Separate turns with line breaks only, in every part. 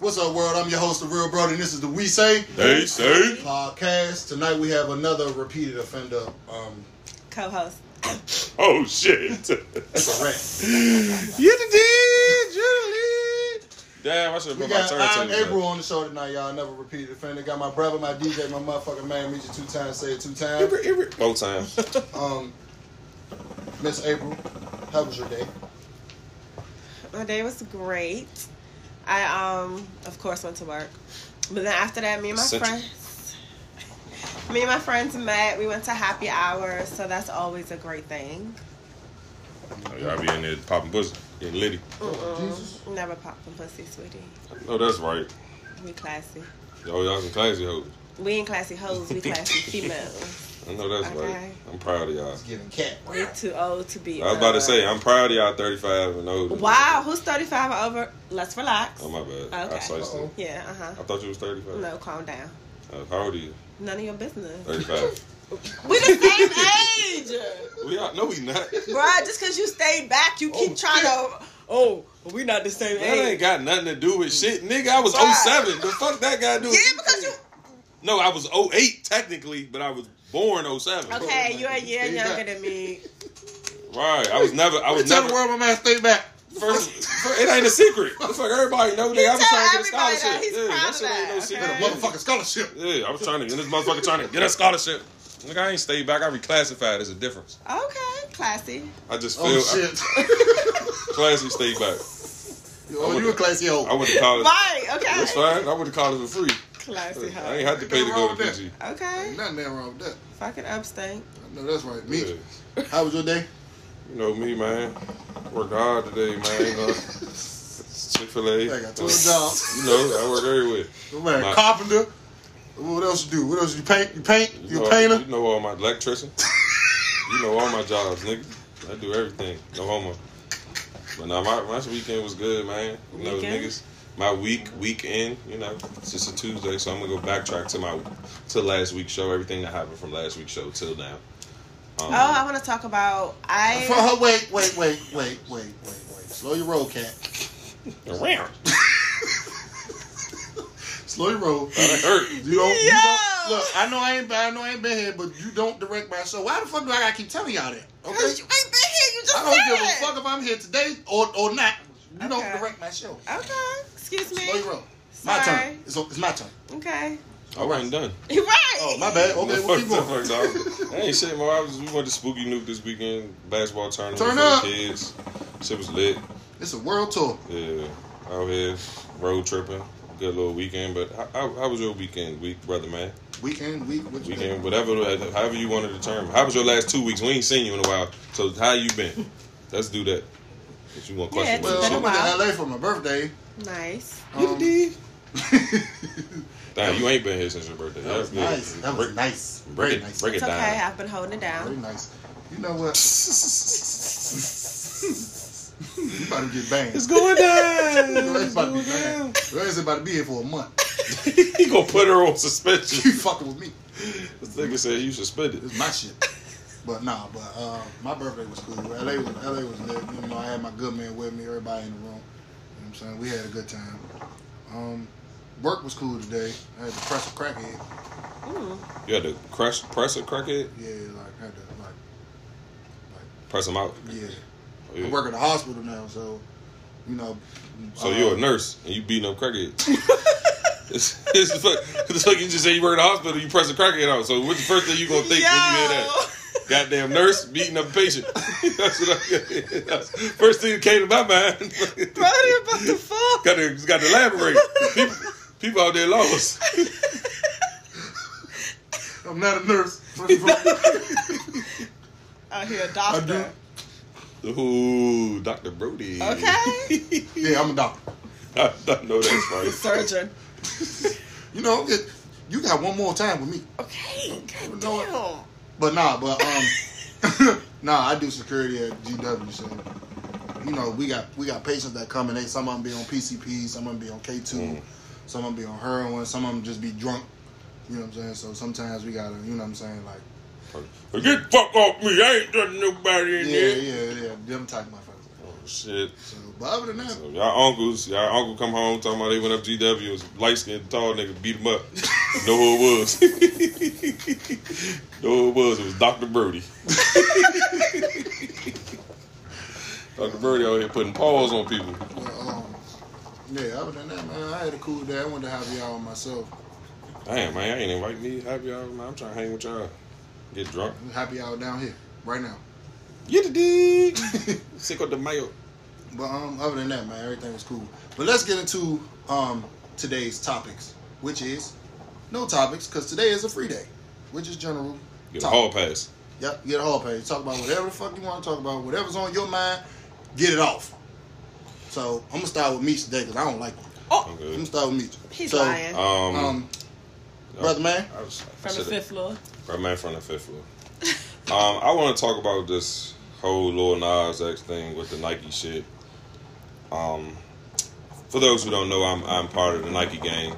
What's up, world? I'm your host, the Real Brody, and this is the We Say
They say.
podcast. Tonight we have another repeated offender. Um,
co-host.
Oh shit.
it's a rat.
you did, you did. Damn, I should have
We
put my
got Iron
turntable.
April
back.
on the show tonight, y'all. Another repeated offender. Got my brother, my DJ, my motherfucking man. Meet you two times, say it two times.
Every, every, both Oh, time.
Um, Miss April, how was your day?
My day was great. I um of course went to work. But then after that me and my
Such-
friends me and my friends met. We went to happy hour, so that's always a great thing.
Y'all be in there popping pussy. Getting litty.
Oh,
Mm-mm.
Jesus.
Never popped in pussy, sweetie.
Oh, that's right.
We classy.
Yo, y'all some classy hoes.
We ain't classy hoes, we classy females.
I know that's right.
Okay.
I'm proud of y'all.
It's giving cat.
We too old to be
I was about
uh,
to say, I'm proud of y'all 35 and older.
Wow, who's thirty five and over? Let's relax.
Oh, my bad. I
Okay.
sliced it.
Uh-oh.
yeah, uh huh.
I thought you was 35.
No, calm down.
Uh, how old are you?
None of your business.
35.
We the same age.
we are, no, we not.
Bruh, just because you stayed back, you keep
Oh,
trying to. Oh, we not the same
That ain't
age.
got nothing to do with shit, nigga. I was
Why?
07. The fuck that guy do?
Yeah, because you.
No, I was 08 technically, but I was born 07.
Okay, you're a year
Stay
younger
back.
than me.
Right. I was never. I was
Tell
never.
the world my man stay back.
First, first, it ain't a secret. Fuck everybody know that I was
tell
trying to get a
everybody that.
scholarship.
He's
yeah, that
proud of
shit ain't no
that,
secret.
okay?
Motherfucking scholarship.
Yeah, I was trying to, and this motherfucker trying to get a scholarship. Nigga, I ain't stayed back. I reclassified. There's a difference.
Okay, classy.
I just feel
Oh
I
shit.
classy stayed back.
oh, you a classy hoe.
I went to college.
Right,
That's
okay.
fine. I went to college for free.
Classy,
I
huh?
ain't had to pay to go
Wrong
to
with
PG.
Okay,
Nothing there wrong with that.
fucking upstate.
I know that's right. Me.
Yeah.
How was your day?
You know me, man. Worked hard today, man. Chick Fil A.
I got two jobs.
You know, I work everywhere.
Man,
My-
carpenter. What else you do? What else you paint? You paint? You,
know,
a painter?
You know all my electrician. you know all my jobs, nigga. I do everything. No homo. But now my, my weekend was good, man. You know,
Weekend?
niggas. My week weekend, you know, it's just a Tuesday, so I'm gonna go backtrack to my to last week's show. Everything that happened from last week's show till now. Um,
Oh, I want to talk about
For
I.
her, wait, wait, wait, wait, wait, wait, wait. Slow your roll, cat.
around.
Slow your roll.
That hurt.
You don't, you don't.
Yo!
Look, I know I ain't. I know I ain't been here, but you don't direct my show. Why the fuck do I gotta keep telling y'all that?
Cause you
Okay.
ain't been here. You just
I don't give a
said
fuck if I'm here today or or not. You don't
Okay.
direct my show.
it. Okay, excuse me.
Slow your roll. My
Sorry.
turn. It's, it's my turn.
Okay,
I wasn't done.
you're right.
Oh, my bad. Okay, we'll keep
Fuck
going.
that, fuck, dog. That ain't shit, man. I was, we went to Spooky Nuke this weekend. Basketball tournament
Turn
for
up.
the kids. Shit was lit.
It's a world tour.
Yeah, out here road tripping. Good little weekend. But how, how, how was your weekend, week, brother man?
Weekend, week, what you
Weekend, whatever, however you want to determine. How was your last two weeks? We ain't seen you in a while. So how you been? Let's do that. If you want
Yeah,
questions?
it's
Well,
been
I
a
went
while.
to LA for my birthday.
Nice.
Um,
Damn, you ain't been here since your birthday.
That was
That's
nice.
good.
That was
break,
nice.
break
Very
it,
nice.
break it
It's okay.
down.
I've been holding it
Very
down.
nice. You know what? you about to get banned.
going down.
It's about to be banned. Ray's about to be here for a month.
he gonna put her on
You
suspension.
fucking with me.
this nigga said you suspended.
It's my shit. But nah, but uh, my birthday was cool. LA was LA was lit. You know, I had my good man with me, everybody in the room. You know what I'm saying? We had a good time. Um, work was cool today. I had to press a crackhead.
Mm.
You had to crush, press a crackhead,
Yeah, like I had to like
press him out.
yeah.
Yeah.
I work at the hospital now, so you know
So
uh,
you're a nurse and you beating up crackheads. it's, it's, the fuck, it's like you just say you work in the hospital, you press a crackhead out. So what's the first thing you gonna think when you hear that? Goddamn nurse beating up a patient. that's what I, that's first thing that came to my mind.
Bro, you about to fuck.
got to got to elaborate. People, people out there lost.
I'm not a nurse. First of all,
Out here, doctor.
Ooh, Dr. Brody.
Okay.
yeah, I'm a doctor.
I, I know that's right.
Surgeon.
You know, it, you got one more time with me.
Okay. God
No, I-
damn.
But nah, but um, nah, I do security at GW. So you know, we got we got patients that come and they some of them be on PCP, some of them be on K two,
Mm.
some of them be on heroin, some of them just be drunk. You know what I'm saying? So sometimes we gotta, you know what I'm saying, like
Get the fuck off me. I ain't touching nobody in
yeah,
there.
yeah, yeah, them type motherfuckers.
Shit.
So, but other than that,
So y'all uncles, y'all uncle come home talking about they went up GW, it was light skinned tall nigga, beat him up. know who it was. know who it was, it was Dr. Brody. Dr. Brody out here putting paws on people.
but, um, yeah, other than that, man, I had a cool day. I went to Javier on myself.
Damn man, I ain't invite me happy hour, man. I'm trying to hang with y'all. Get drunk.
Happy hour down here right now.
Get the dick. Sick of the mayo.
But um, other than that, man, everything was cool. But let's get into um today's topics, which is no topics, because today is a free day, which is general.
Get a
Talk.
hall pass.
Yep, get a whole page. Talk about whatever the fuck you want to talk about, whatever's on your mind, get it off. So I'm gonna start with Meech today because I don't like. It.
Oh,
I'm
I'm
good.
gonna start with Meech.
He's
so,
lying.
Um,
Um, brother man,
I was, I
From the
said it.
fifth floor.
Right man from the fifth floor. um, I want to talk about this whole Lil Nas X thing with the Nike shit. Um, for those who don't know, I'm I'm part of the Nike gang.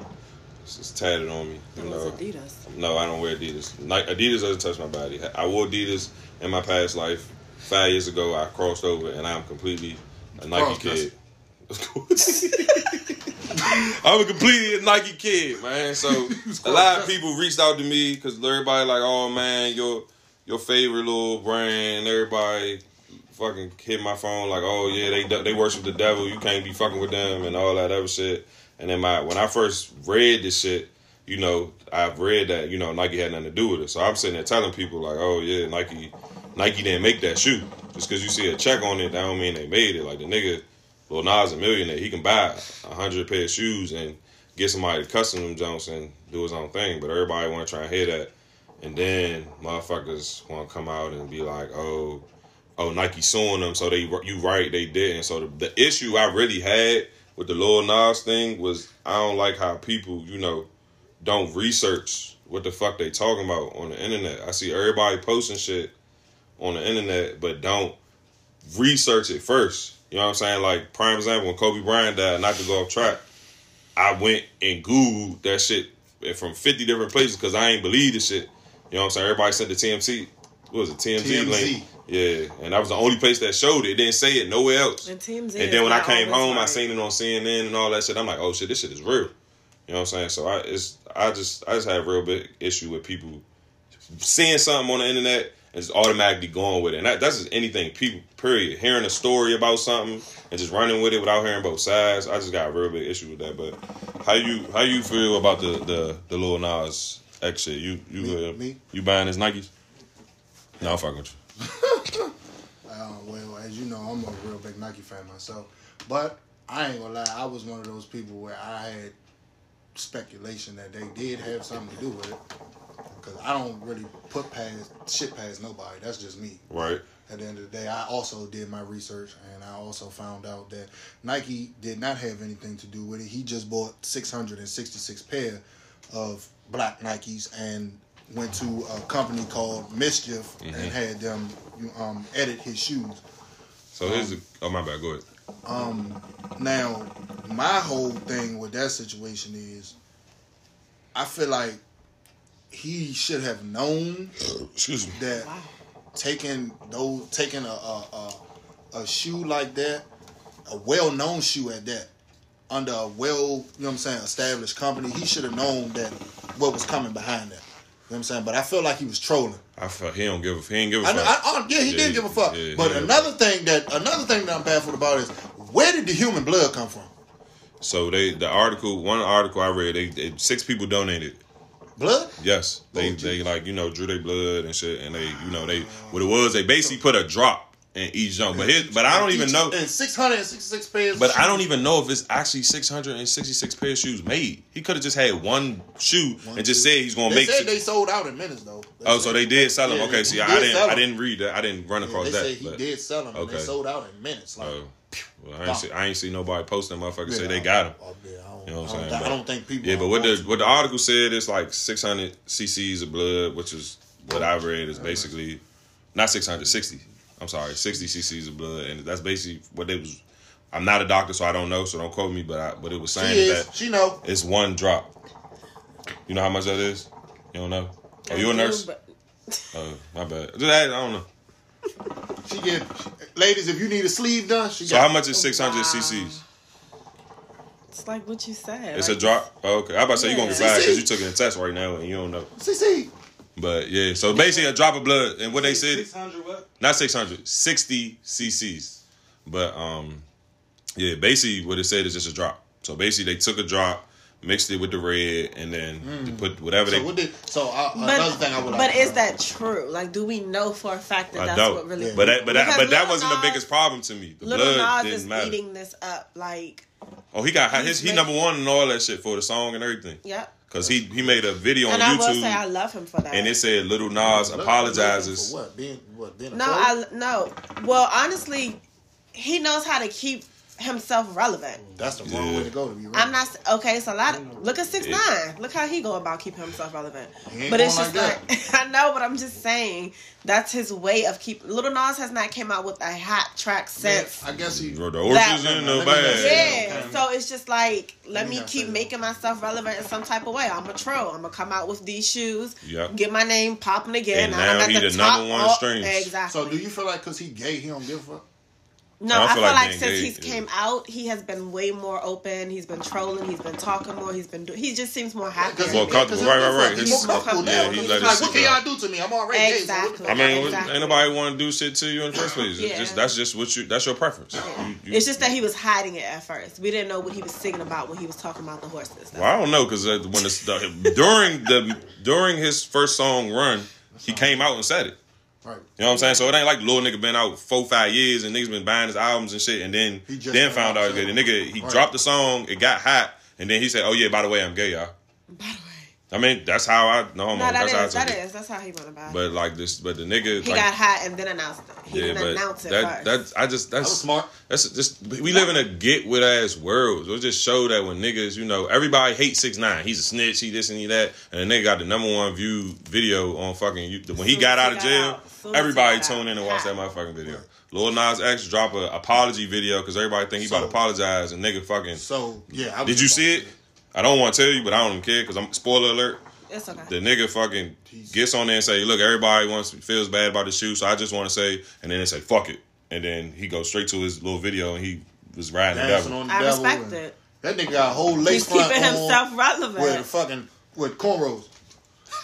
It's just tatted on me. You
It was
know.
Adidas.
No, I don't wear Adidas. Nike, Adidas doesn't touch my body. I wore Adidas in my past life. Five years ago, I crossed over, and I'm completely a Nike
Cross-dresser.
kid. Of course. I'm a completely a Nike kid, man. So a lot of people reached out to me because everybody like, oh man, your your favorite little brand. Everybody fucking hit my phone like, oh yeah, they they worship the devil. You can't be fucking with them and all that other shit. And then my when I first read this shit, you know, I've read that you know Nike had nothing to do with it. So I'm sitting there telling people like, oh yeah, Nike, Nike didn't make that shoe. Just because you see a check on it, that don't mean they made it. Like the nigga, Lil Nas a millionaire. He can buy a hundred pair of shoes and get somebody to custom them Jones and do his own thing. But everybody want to try and hear that, and then motherfuckers want to come out and be like, oh oh Nike suing them, so they you right they didn't. So the, the issue I really had with the Lil Nas thing was I don't like how people you know don't research what the fuck they talking about on the internet. I see everybody posting shit on the internet, but don't research it first. You know what I'm saying? Like prime example, when Kobe Bryant died, not to go off track, I went and googled that shit from 50 different places because I ain't believe this shit. You know what I'm saying? Everybody sent the TMT. What was it? TMZ,
TMZ.
link. Yeah, and that was the only place that showed it. It didn't say it nowhere else.
And Team Z
And
is
then when I
not
came
always
home, I
oh, right.
seen it on CNN and all that shit. I'm like, oh shit, this shit is real. You know what I'm saying? So I it's I just I just have a real big issue with people seeing something on the internet and just automatically going with it. And that, that's just anything. People, period, hearing a story about something and just running with it without hearing both sides. I just got a real big issue with that. But how you how you feel about the the the Lil Nas X shit? You you
Me-
uh,
me?
you buying his Nikes? No, I'm fucking with you.
uh, well as you know, I'm a real big Nike fan myself, but I ain't gonna lie, I was one of those people where I had speculation that they did have something to do with it, because I don't really put past shit past nobody. That's just me.
Right.
At the end of the day, I also did my research and I also found out that Nike did not have anything to do with it. He just bought 666 pair of black Nikes and went to a company called Mischief and had them you- um, edit his shoes.
So here's the, oh my bad. Go ahead.
Um, now, my whole thing with that situation is I feel like he should have known
Excuse me.
that taking those taking a a, a a shoe like that, a well known shoe at that, under a well you know what I'm saying established company, he should have known that what was coming behind that. You know what I'm saying? But I feel like he was trolling.
I felt he don't give a he ain't give a
I
fuck.
know, I, I, yeah, he
Yeah,
didn't give a fuck.
yeah,
but
yeah.
another thing that another thing that I'm baffled about is where did the human blood come from?
so they the article one article I read they, they six people donated.
Blood?
Yes, they
Oh, geez.
they like you know drew their blood and shit, and they you know they what it was they basically put a drop in each jump. But his, but I don't even know.
And 666 pairs. of
But I
shoes.
don't even know if it's actually 666 pair of shoes made. He could have just had one shoe
One,
and just
two.
said he's gonna
They
make.
said
six-
they sold out in minutes though.
oh, so
said-
they did sell them.
Yeah,
okay,
he
see, I
did
didn't
sell
I
'em.
didn't read that. I didn't run across
they
that.
said he
but-
did sell them. and they
okay.
sold out in minutes. Like,
oh, well, I ain't see, I ain't see nobody posting. Motherfucker say
yeah,
they
I-
got them.
I- oh, yeah, I don't,
You know what I'm
I don't
saying?
thi- I don't think people.
Yeah, but what
are
the what the article said is like 600 cc's of blood, which is what I read is basically not 660. I'm sorry, 60 cc's of blood, and that's basically what they was. I'm not a doctor, so I don't know, so don't quote me. But I, but it was
she
saying
is.
that
She know.
it's one drop. You know how much that is? You don't know? Are you a
I do,
nurse?
but-
Oh, my bad. Just ask, I don't know.
She get ladies. If you need a sleeve done, she
So
got
how much is 600
Wow.
cc's?
It's like what you said.
It's a
like,
drop. Oh, okay, I about to say you gonna get
Yeah.
fired because you took a test right now and you don't know.
CC.
But yeah, so basically a drop of blood and what they said,
Six hundred what?
not 600, 60 cc's. But um, yeah, basically what it said is just a drop. So basically they took a drop, mixed it with the red, and then they
Mm.
put whatever
So
they.
what did? So I, another
But,
thing I would.
but
like to
is
know.
that true? Like, do we know for a fact that
I
that's
don't.
what really?
Yeah.
But that, but that,
Because
but that
Lil
wasn't
Nas-
the biggest problem to me. The
Little
blood
Nas is
didn't matter.
eating this up. Like,
Oh, he got his he
He's
number one and all that shit for the song and everything.
yep.
Cause he he made a video on
And I will
YouTube
say I love him for that.
and it said Little Nas apologizes.
For what? Being what? Being a
no,
troll?
I no. Well, honestly, he knows how to keep himself relevant.
That's the wrong
Yeah.
way to go. To be right.
I'm not s- okay. It's a lot. Of, look at six nine. Look how he go about keeping himself relevant.
He ain't
But it's
going
just
like
like I know, but I'm just saying that's his way of keep. Little Nas has not came out with a hot track since.
I guess he.
Bro, the
That-
orchids in the
Let me not
bag.
say that.
yeah,
okay.
so it's just like let
me
me
not say
keep
that.
making myself relevant in some type of way. I'm a troll. I'm gonna come out with these shoes,
Yep.
get my name popping
And
again. I'm
now
at
he the
top
number one
all-
streams.
Exactly.
So do you feel like because he gay, he don't give a fuck?
No, I feel like,
being
since
gay
he's
is-
came out, he has been way more open. He's been trolling. He's been talking more. He's been. Do- he just seems more happy.
Well,
he-
comfortable.
'cause
Right,
he-
right, right.
He's
He's
more comfortable
more
now.
comfortable. Yeah, he
He's
let it
like,
sit
what can
down.
y'all do to me? I'm already gay. so what the
Exactly.
I
fuck?
mean,
Exactly.
ain't nobody want to do shit to you in the first place. It's
Yeah.
Just, that's just what you. That's your preference. You- you-
It's just that he was hiding it at first. We didn't know what he was singing about when he was talking about the horses.
Well, I don't know because when it's the, during the during his first song run, he came out and said it.
Right.
You know what I'm saying? So it ain't like little nigga been out four five years and niggas been buying his albums and shit, and then
He just
then
came
found
out
out that the
saying-
nigga he
Right.
dropped the song, it got hot, and then he said, "Oh yeah, by the way, I'm gay, y'all." I mean, that's how I no, homo,
no, that
that's
is
how I
that
took it.
is that's how he went about it.
But like this, but the nigga
He
like,
got hot and then announced it. He
yeah,
didn't
but
announce it
that
first.
that I just
That was
that's
smart.
that's just we live in a get with ass world. So it just show that when niggas, you know, everybody hates six nine. He's a snitch. He this and he that. And the nigga got the number one view video on fucking. You- When he
Soon
got
as
out
he
of
got
jail,
out. Soon as he
everybody
got
tuned
out.
in and watched that
Yeah.
motherfucking video. Lil Nas X drop a apology video because everybody think he about to
So-
apologize and nigga fucking.
So yeah. I was
Did you
about
see
to
it? I don't want to tell you, but I don't even care because I'm spoiler alert
it's okay.
the nigga fucking
Jesus.
gets on there and say, "Look, everybody wants feels bad about the shoe, so I just want to say," and then they say, "Fuck it," and then he goes straight to his little video and he was riding the
Dancing
devil.
on the
I
devil.
respect
and-
it.
That nigga got a whole lace
He's
front
keeping
on
himself
with
relevant.
fucking with cornrows.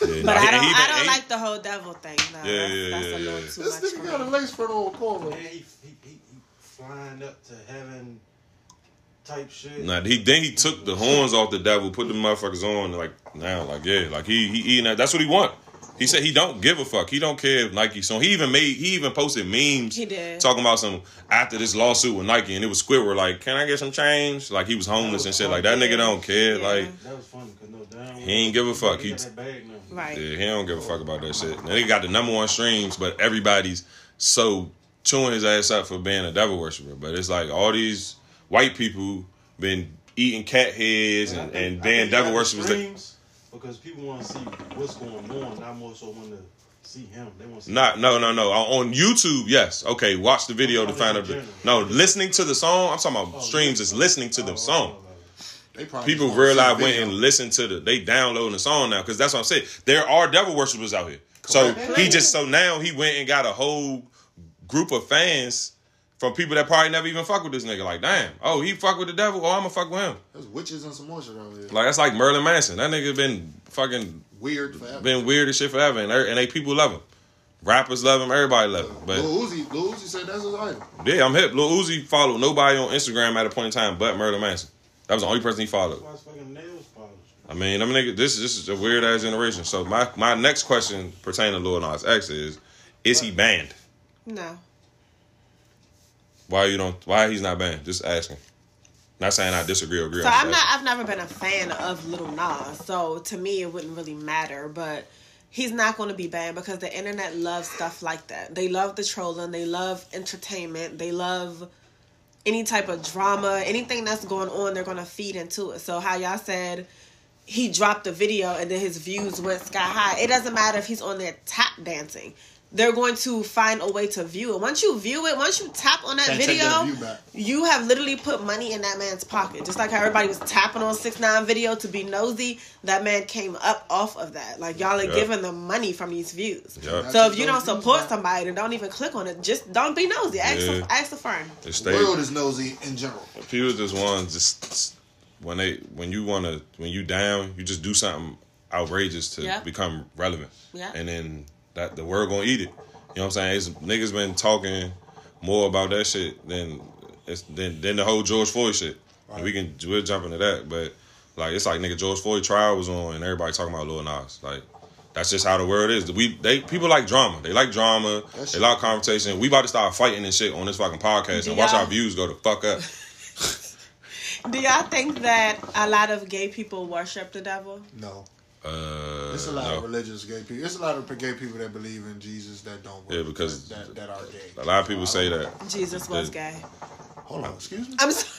Yeah,
But
nah, he-
I don't
he-
I
he-
don't like the whole devil thing. No,
Yeah,
that's,
yeah,
that's
yeah,
a little
yeah.
too
This
much.
nigga
for
got a
me.
lace front on
Yeah,
cornrows.
he, he, he, he flying up to heaven type shit.
Nah, he then he took the horns off the devil, put the motherfuckers on, like now, like yeah, like he he eating that. That's what he want. He said he don't give a fuck. He don't care if Nike. So he even made he even posted memes.
He did.
talking about some after this lawsuit with Nike, and it was Squidward like, "Can I get some change?" Like he was homeless and shit. Like that nigga don't care.
Yeah.
Like
That was funny because no damn.
He ain't give a fuck.
He got
He-
that bag now.
Right.
Yeah, he don't give a fuck about that shit. Now they got the number one streams, but everybody's so chewing his ass up for being a devil worshiper. But it's like all these white people been eating cat heads
I
and, and
think- I
being
think he
devil
got the
worshippers. That,
streams Because people want to see what's going on, not more so want to see him. They want to see
not no no no on on YouTube. Yes, okay. Watch the video to find out. The, no, listening to the song. I'm talking
Oh,
about streams. Is listening to the song.
They probably
People
just wanna
real
see
I
the
went
video.
and listened to the. They downloading the song now because that's what I'm saying. There are devil worshippers out here. So
Correct.
he just so now he went and got a whole group of fans from people that probably never even fuck with this nigga. Like damn, oh he fuck with the devil. Oh I'ma fuck with him.
There's witches and some more shit out here.
Like that's like Merlin Manson. That nigga been fucking
Weird forever.
been weird as shit forever, and, they- and they people love him. Rappers love him. Everybody love him. But
Lil Uzi, Lil Uzi said that's his idol.
yeah, I'm hip. Lil Uzi followed nobody on Instagram at a point in time but Merlin Manson. That was the only person he followed.
Why his fucking nails polished?
I mean, I mean, nigga, this this is a weird ass generation. So my my next question pertaining to Lil Nas X is, is he banned?
No.
Why you don't? Why he's not banned? Just asking. Not saying I disagree or agree.
So
just
I'm not.
asking.
I've never been a fan of Little Nas. So to me, it wouldn't really matter. But he's not going to be banned because the internet loves stuff like that. They love the trolling. They love entertainment. They love any type of drama. Anything that's going on, they're going to feed into it. So how y'all said he dropped the video and then his views went sky high. It doesn't matter if he's on there tap dancing. they're going to find a way to view it. Once you view it, once you tap on that
Can't take
video,
that view back.
you have literally put money in that man's pocket. Just like how everybody was tapping on six nine video to be nosy, that man came up off of that. Like y'all are
Yeah.
giving them money from these views.
Yeah.
So if you don't
Those views
support
back.
somebody, then don't even click on it. Just don't be nosy. Ask
Yeah.
the, ask the firm.
They
The
stay.
world is nosy in general.
People just want just just- when they when you wanna when you down, you just do something outrageous to
Yeah.
become relevant.
Yeah.
And then that the world gonna eat it. You know what I'm saying? It's, niggas been talking more about that shit than it's than than the whole George Floyd shit. And we can we'll jump into that, but like it's like nigga George Floyd trial was on and everybody talking about Lil Nas. Like that's just how the world is. We they people like drama. They like drama.
That's
they
true.
like confrontation. We about to start fighting and shit on this fucking podcast and watch
Yeah.
our views go the fuck up.
Do y'all think that a lot of gay people worship the devil?
No.
Uh,
It's a lot
no.
of religious gay people. It's a lot of gay people that believe in Jesus that don't.
Yeah, because-
that, that are gay.
A lot of people say that.
Jesus was
The-
gay.
Hold on, excuse me.
I'm sorry.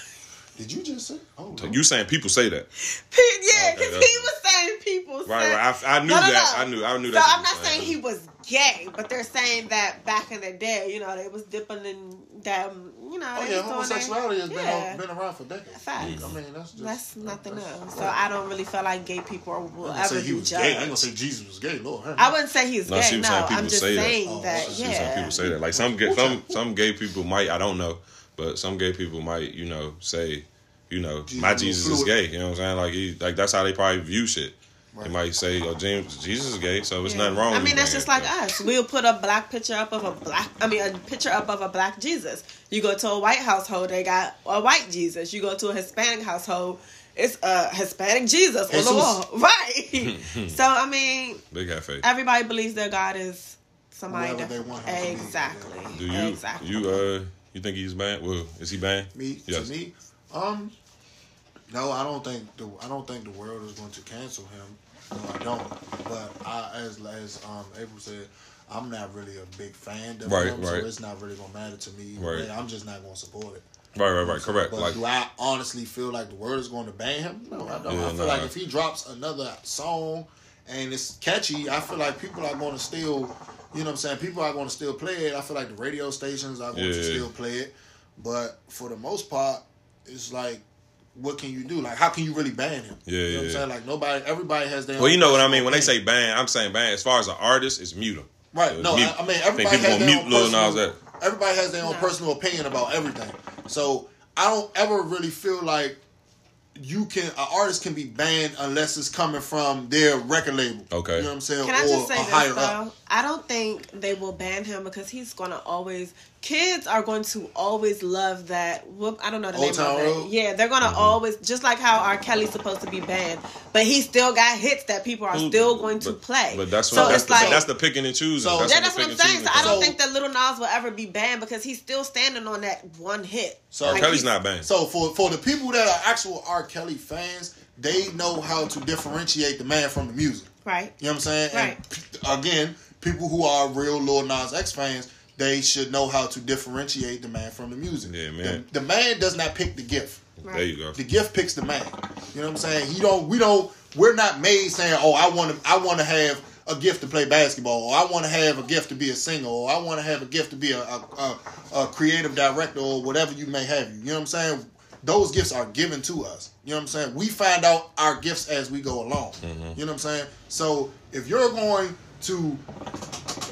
Did you just say? Oh,
You saying people say that,
Pete-
Okay,
Yeah, because he
that's-
was saying people.
right?
said-
Right. I, I knew
No, no,
that.
no.
I knew. I knew
So
that.
I'm not saying he was gay, but they're saying that back in the day, you know, they was dipping in them, you know.
Oh
they
yeah,
was doing their-
homosexuality has been,
Yeah.
been around for decades.
Facts.
I mean, that's just
That's nothing
that's-
new. So I don't really feel like gay people will
I'm gonna
ever
say he
be
was gay. I ain't gonna
judged.
say Jesus was gay. Lord, have
I
mercy.
wouldn't say he's
No, she
gay.
was
No,
saying people
I'm just
say that.
Oh,
saying that.
she was
She was saying
Yeah.
people say that. Like some gay, some some gay people might. I don't know, but some gay people might. You know, say, you know, my
Jesus
Jesus is
fluid.
gay. You know what I'm saying? Like he, like that's how they probably view shit. They
Right.
might say, "Oh, James, Jesus is gay," so it's
Yeah.
nothing wrong.
I
with
mean,
you
that's
bringing
just
it
like
up.
us. We'll put a black picture up of a black. I mean, a picture up of a black Jesus. You go to a white household, they got a white Jesus. You go to a Hispanic household, it's a Hispanic Jesus on
Jesus.
the wall, right? so I mean,
Big hat faith.
everybody believes their God is somebody
Whoever they
different.
want him to be.
exactly.
Do you
exactly.
you uh you think he's banned? Well, is he banned?
Me
Yes.
to me, um, no, I don't think the I don't think the world is going to cancel him. No, I don't. But I, as as um April said, I'm not really a big fan of
Right,
him,
right.
so it's not really gonna matter to me.
Right.
Right. I'm just not gonna support it.
Right, right, right. Correct.
But
Like
do I honestly feel like the world is going to ban him? No, I don't.
Yeah,
I feel
nah.
like if he drops another song and it's catchy, I feel like people are going to still, you know what I'm saying? People are going to still play it. I feel like the radio stations are going
Yeah.
to still play it. But for the most part, it's like, what can you do? Like, how can you really ban him? you
Yeah,
know what
yeah.
I'm saying? Like, nobody, everybody has their.
Well,
own
you know what I
personal
mean. When they
opinion.
say ban, I'm saying ban. As far as an artist, it's mute 'em.
Right.
It's
No,
mute.
I, I mean
think
everybody
people
has
gonna
their
mute
own
Lil
personal,
Nas. That
Everybody has their own
No.
personal opinion about everything. So I don't ever really feel like you can an artist can be banned unless it's coming from their record label.
Okay.
You know what I'm saying?
Can I
or
just say
a
this
higher
though?
up.
I don't think they will ban him because he's gonna always. Kids are going to always love that. Whoop! I don't know the
Old
name
Town
of it.
Road?
Yeah, they're
Mm-hmm.
gonna always just like how R. Kelly's supposed to be banned, but he still got hits that people are
Who-
still going to
Mm-hmm. but-
play.
But that's
so
what, that's,
it's
the,
like
that's the picking and choosing.
So-
yeah,
the
that's what I'm
pick and
saying. So I
choosing.
don't
So-
think that Little Nas will ever be banned because he's still standing on that one hit.
So
R.
like
Kelly's
he's-
not banned.
So for for the people that are actual R. Kelly fans, they know how to differentiate the man from the music.
Right.
You know what I'm saying?
Right.
And p- again, people who are real Lil Nas X fans, they should know how to differentiate the man from the music.
Yeah, man.
The, the man does not pick the gift.
Right.
there you go.
The gift picks the man. You know what I'm saying? He don't. We don't. We're not made saying, "Oh, I want to. I want to have a gift to play basketball, or I want to have a gift to be a singer, or I want to have a gift to be a, a, a, a creative director, or whatever you may have. You. you know what I'm saying? Those gifts are given to us. You know what I'm saying? We find out our gifts as we go along. You know what I'm saying? So if you're going to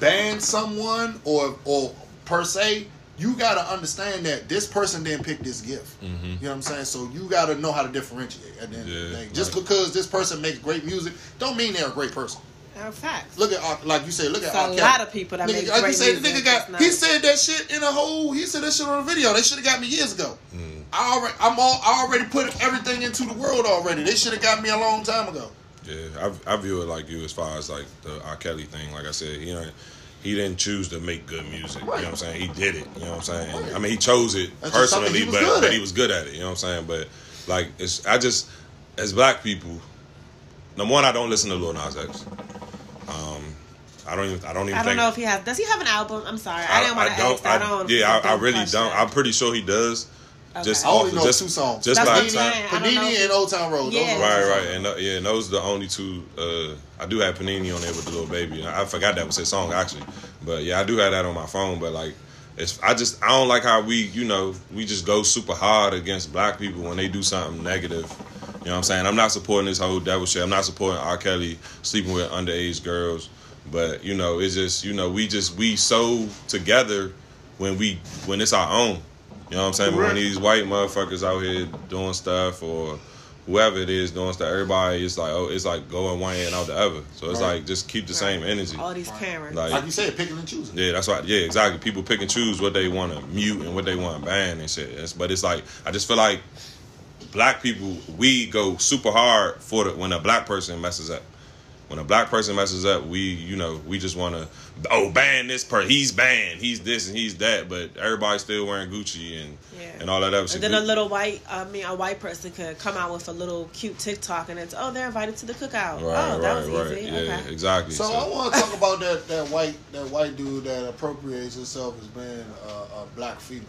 ban someone or or per se, you gotta understand that this person didn't pick this gift. You know what I'm saying? So you gotta know how to differentiate at the end of
Mm-hmm. Yeah,
the day. Just
right.
because this person makes great music, don't mean they're a great person.
Now, facts.
Look at R- like you said, look at
It's a
R. Kelly.
lot of people that
nigga,
make
like
great
you said,
music.
The nigga
It's
got
not-
he said that shit in a whole. He said that shit on a video. They should have got me years ago.
Mm.
I already, I'm all, I already put everything into the world already. They should have got me a long time ago.
Yeah, I, I view it like you as far as like the R. Kelly thing. Like I said, he ain't, he didn't choose to make good music. You know what I'm saying? He did it. You know what I'm saying? I mean, he chose it
That's just something
personally,
he was
but
good
but
at.
he was good at it. You know what I'm saying? But like, it's I just as black people, number one, I don't listen to Lil Nas X. Um, I don't even I don't even
I don't
think
know if he has. Does he have an album? I'm sorry, I, didn't want to ask. I don't.
yeah, I, I
don't
really
trust
don't.
that.
I'm pretty sure he does. Just
I
off
only
of-
know
just,
two songs.
Just
That's
by
what
the
I'm
time.
saying. I don't know
Panini
if-
and Old Town Road. those
Yeah.
are-
Right, right, and uh, yeah, and those are the only two. Uh, I do have Panini on there with the little baby. And I forgot that was his song actually, but yeah, I do have that on my phone. But like, it's I just I don't like how we you know we just go super hard against black people when they do something negative. You know what I'm saying? I'm not supporting this whole devil shit. I'm not supporting R. Kelly sleeping with underage girls. But you know, it's just you know we just we so together when we when it's our own. You know what I'm saying? But when
Correct.
these white motherfuckers out here doing stuff or whoever it is doing stuff, everybody is like, oh, it's like going one end out the other. So it's
Right.
like just keep the
Right.
same energy.
All these parents.
Like-
Like you said, picking and choosing.
Yeah, that's right. Yeah, exactly. People pick and choose what they want to mute and what they want to ban and shit. It's, but it's like I just feel like black people we go super hard for the, when a black person messes up. When a black person messes up, we you know we just want to oh ban this person. He's banned. He's this and he's that. But everybody's still wearing Gucci and
Yeah.
and all that other shit.
And then a
Gucci-
little white, I mean, a white person could come out with a little cute TikTok, and it's oh, they're invited to the cookout.
Right,
oh, that
right,
was
right.
easy.
Yeah,
Okay.
exactly.
So oh, I want to talk about that, that white that white dude that appropriates himself as being a, a black female.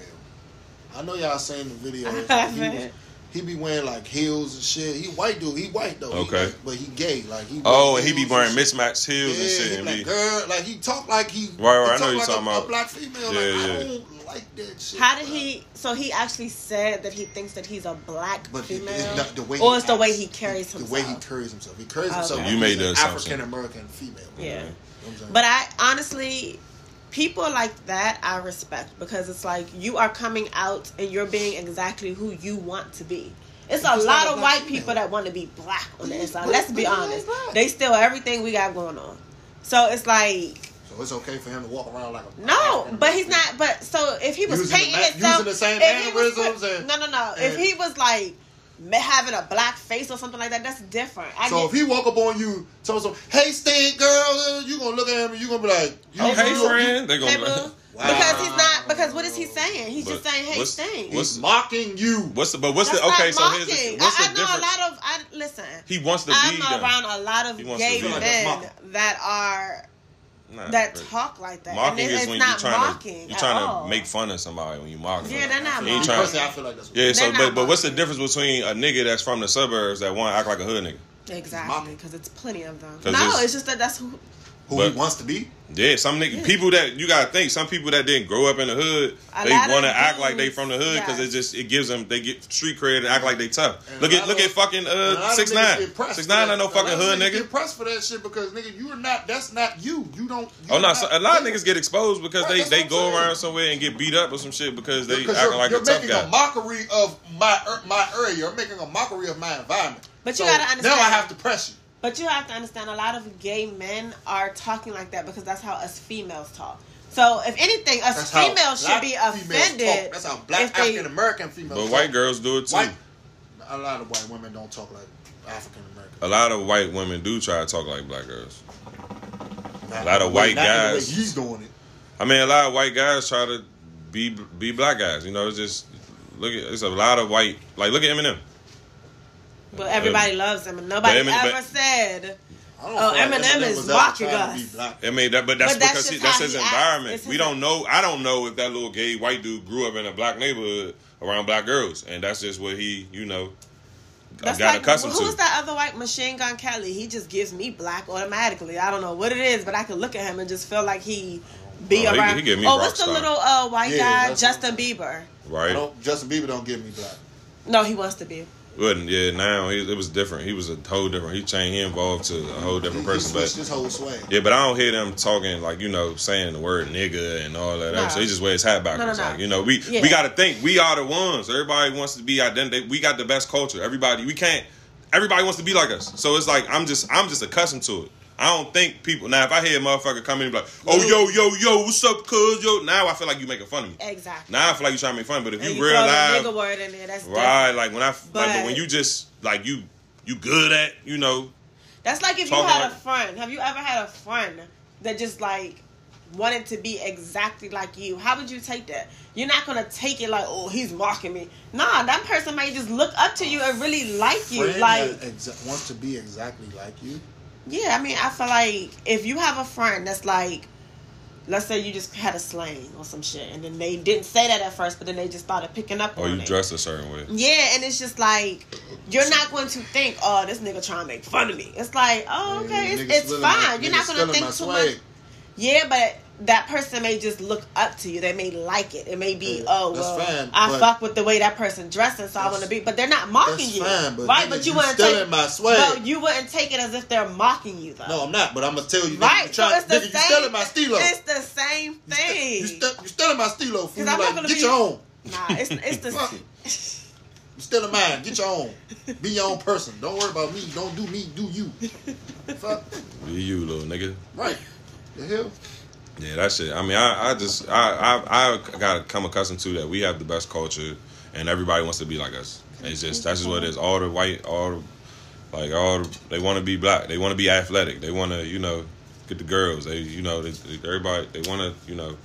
I know y'all seen the video.
I
He,
haven't.
was- he be wearing like heels and shit. He white dude. He white though. He
Okay.
white, but he gay. Like he.
oh,
wear
and he be
heels
wearing
shit.
mismatched heels
Yeah,
and
he
shit.
be
And
like
be,
girl, like he talk like he.
Right, right,
he
I know
talk
you're
like
talking
a,
about.
A black female.
Yeah,
like, I
yeah.
don't like that shit.
How did
bro.
he? So he actually said that he thinks that he's a black
But he-
female,
it's not the way
or
he
it's the way
acts.
he carries
The
himself. Oh,
way he carries himself. He carries
Okay.
himself.
You
like he's
made the
an
assumption.
African American female.
yeah.
You know what I'm saying?
But I honestly, people like that I respect because it's like you are coming out and you're being exactly who you want to be. It's a
It's
lot
not
of
about
white
you,
people
man.
that want to be black on the
But-
inside.
but-
Let's be
but it
honest.
ain't black.
They steal everything we got going on. So it's like
so it's okay for him to walk around like a
no,
African
but he's
American
not. But so if he was
Using the
painting
ma-
himself,
using the same
if he was
mannerisms
put-
and-
no, no, no. if
and-
he was like ma- having a black face or something like that, that's different. I
So
get,
if he walk up on you, tell some, "Hey, stink girl," uh, you gonna look at him and you gonna be like, you,
oh, hey,
you,
friend. They
Hey,
gonna.
boo.
Wow.
because he's not. Because what is he saying? He's just
But
saying, "Hey,
what's-
stink."
you-
What's-
he's mocking you."
What's the? But what's
That's
the? Okay,
not
so here's the,
mocking.
what's
I,
the
I know
difference?
a lot of. I listen.
he wants to
I'm
be them.
around a lot of
He wants to
gay
be them.
That's
men
mocking.
that are
Nah,
that
but
talk like that.
Mocking
and it-
is
it's
when you're
not
trying to
mocking
you're
at
trying
all.
to make fun of somebody when you mock.
Yeah, they're not
He ain't
Me
trying-
personally, I feel like that's what
Yeah, so
not
but but what's the
mocking.
difference between a nigga that's from the suburbs that want to act like a hood nigga?
Exactly,
mocking.
because it's plenty of them.
'Cause
No,
it's-
it's, just that that's who.
who
But-
he wants to be.
Yeah, some nigga, people that you gotta think, some people that didn't grow up in the hood,
A
they
lot of
want to act like they
dudes,
from the hood because
yeah.
it just it gives them they get street cred and act like they tough.
And
look
a
at
lot
look
of-
at
And
fucking
a lot
uh
of
six
niggas
nine
get pressed
six
for
nine
that.
ain't no
A lot
fucking
of
hood
niggas
nigga.
Get pressed for that shit because nigga, you're not. That's not you. You don't.
Oh
you're
no,
not
so- a lot of
you.
niggas get exposed because
Right,
they
Uh, that's
they
what I'm
go
saying.
around somewhere and get beat up or some shit because they
Because
acting
you're,
like
you're
a tough
making
guy.
a mockery of my er, my area. You're making a mockery of my environment.
But
So
you gotta understand-
Now I have to press you.
But you have to understand, a lot of gay men are talking like that because that's how us females talk. So if anything, us
That's how
females should
black
be
females
offended.
talk. That's how black
if they-
African American females.
but
talk.
white girls do it too.
White, a lot of white women don't talk like African
A lot of white women do try to talk like black girls.
American.
A lot of white
Not the way
guys-
he's doing it.
I mean, a lot of white guys try to be be black guys. You know, it's just look at it's a lot of white. Like look at Eminem.
but everybody loves them, and nobody
But Emin-
ever
but-
said.
I don't feel
Oh,
like
Eminem
Eminem
is
was ever
mocking
trying to
us.
be black.
I mean, that, but that's
But that's
because he,
just
that's
how
his
he acts.
environment.
It's
We
his-
don't know. I don't know if that little gay white dude grew up in a black neighborhood around black girls, and that's just what he, you know,
That's
got
like,
accustomed
who
to.
was that other white Machine Gun Kelly? He just gives me black automatically. I don't know what it is, but I can look at him and just feel like he be
Oh, he-
around.
he give me
oh, what's the
rock star.
little uh, white
Yeah,
guy,
that's-
Justin Bieber?
I
right?
don't, Justin Bieber don't give me black.
No, he wants to be.
Wouldn't yeah. Now he, it was different. He was a whole different. He changed. He involved to a whole
He, he
different person.
switched
But
his whole swag.
yeah, but I don't hear them talking like you know saying the word nigga and all that.
Nah.
other shit. He just wears his hat backwards.
no.
Like you know, we
Yeah.
we got to think we are the ones. Everybody wants to be identified. We got the best culture. Everybody we can't. Everybody wants to be like us. So it's like I'm just I'm just accustomed to it. I don't think people now. If I hear a motherfucker come in and be like, "Oh yo yo yo, what's up, cuz yo," now I feel like you making fun of me.
Exactly.
Now I feel like you trying to make fun. But if
And
you,
throw the
realize
nigga word in there. That's
Right,
different.
like when I like, but,
But-
when you just like you you good at you know
That's like if you
Talking
had a
like-
friend. Have you ever had a friend that just like wanted to be exactly like you? How would you take that? You're not gonna take it like, oh, he's mocking me. Nah, that person may just look up to you and really like you.
Friend
like,
that exa- wants to be exactly like you.
yeah, I mean, I feel like if you have a friend that's like, let's say you just had a slang or some shit, and then they didn't say that at first, but then they just started picking up
Or
on
Oh, you
it.
dress a certain way.
Yeah, and it's just like you're not going to think, oh, this nigga trying to make fun of me. It's like,
Hey,
oh, okay,
niggas
it's, it's
stealing my-
fine. You're
niggas
not going
stealing
to
my
think too much.
swag.
Yeah, but that person may just look up to you. They may like it. It may be,
Yeah,
oh,
that's
well,
fine,
I
but-
fuck with the way that person dressing, so I
That's-
want to be. But they're not mocking
That's
you,
fine, but
right?
nigga,
But you,
you
wouldn't
stealing
take
my swag.
But you wouldn't take it as if they're mocking you, though.
No, I'm not, but I'm gonna tell you, nigga,
right?
you trying,
so it's
nigga,
the
you
same.
stealing my stilo.
It's the same
You ste-
thing.
You, ste- you stealing my stilo, fool.
I'm not
Like,
gonna
get
be-
your own.
nah, it's it's
Fuck
the.
it. You stealing mine. Get your own. Be your own person. Don't worry about me. Don't do me. Do you. Fuck.
Be you, little nigga.
Right. The hell?
Yeah, that shit. I mean, I, I just, I, I, I gotta come accustomed to that. We have the best culture, and everybody wants to be like us. It's just that's just what it is. All the white, all the, like all the, they want to be black. They want to be athletic. They want to, you know, get the girls. They, you know, they, everybody. They want to, you know,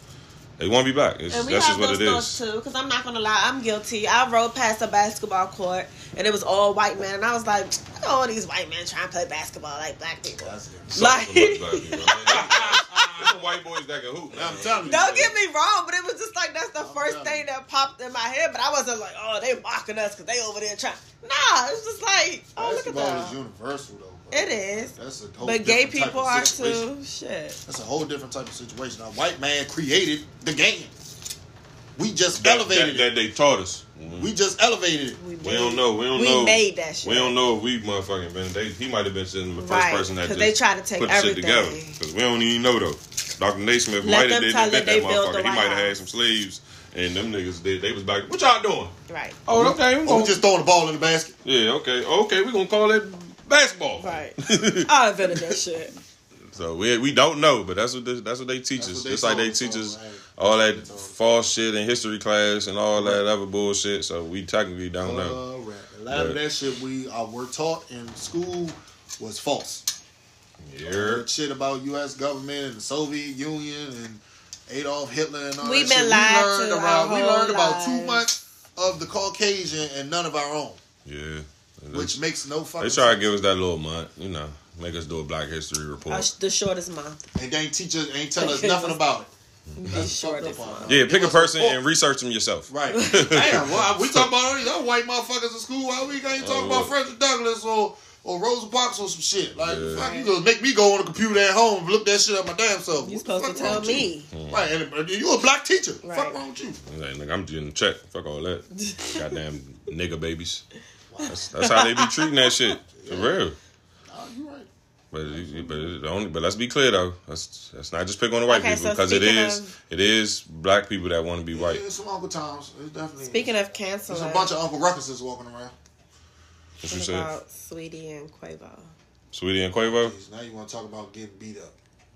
they want to be black. It's,
And we
that's just
have
what
those
it
thoughts
is.
too, because I'm not gonna lie, I'm guilty. I rode past a basketball court and it was all white men, and I was like, "Look at all these white men trying to play basketball like black people."
Sucks for
Like-
black people. There's some white boys that can hoop. man.
I'm telling you.
Don't get me wrong, but it was just like that's the
I'm
first
done.
thing that popped in my head. But I wasn't like, "Oh, they mocking us because they over there trying." Nah, it's just like, "Oh, look at
Basketball is
that."
universal, though. bro.
It is,
That's a whole
but gay
different type
people
of
are
situation.
too. Shit.
That's a whole different type of situation. A white man created the game. We just
That-
elevated Mm-hmm.
that, that they taught us.
it. We just elevated it.
We don't know. We don't
We
know.
made that shit.
We don't know if we motherfucking been. They, he might have been sitting the first
Right,
person that
'cause
just
they tried to take
put the
everything.
shit together. Because we don't even know though. Dr. Naismith
Let
might
them
have did
tell
invent that
that they built
motherfucker.
the
He
White
might have had
House.
some slaves, and them niggas they, they was back. What y'all doing?
Right.
Oh, okay. We
Oh,
gonna,
we just throwing the ball in the basket.
yeah, okay, okay. We gonna call it basketball.
Right. I invented that shit.
So we we don't know, but that's what this, that's what they teach
That's what
us.
they
Just like they
told us,
teach
so,
us
hey.
all that
told us.
false shit in history class and all that other bullshit. So we technically don't know.
All right. A lot
But-
of that shit we uh, were taught in school was false.
Yeah.
Heard shit about U.S. government and the Soviet Union and Adolf Hitler and all
We've
that
been
shit. we learned
lied to
about
our
we
whole
learned about too
lives.
much of the Caucasian and none of our own,
Yeah.
which makes no
They
fucking.
try to
sense.
give us that little month, you know, make us do a Black History
Uh,
report.
sh- the shortest month.
And they ain't teach us, ain't tell us nothing about it.
The shortest
fucked up on
month.
it.
yeah, pick
Give
a
us a
person
book.
and research them yourself.
Right. Damn, well, we talk about all these other white motherfuckers in school. Why we can't talk
Oh,
about
well.
Frederick Douglass or or Rosa Parks or some shit? Like,
Yeah.
fuck, you gonna make me go on the computer at home and look that shit up my damn self.
You
What the
supposed to
fuck wrong
tell
with you?
me.
Right, and, and you a black teacher.
Right.
Fuck wrong with you?
Like, nigga, I'm getting checked. Fuck all that. Goddamn nigga babies. That's, that's how they be treating that shit. For real.
Oh, you right.
But it- but it only but let's be clear though. That's that's not just pick on the white
Okay,
people
so
because it
speaking
is
of-
it is black people that want to be white.
Yeah, it's some Uncle Tom's. It's definitely.
Speaking of
There's
canceling,
a bunch of Uncle Ruckuses walking around.
What you
what
said,
about Sweetie and Quavo?
Sweetie and Quavo,
Jeez, now you want to talk about getting beat up.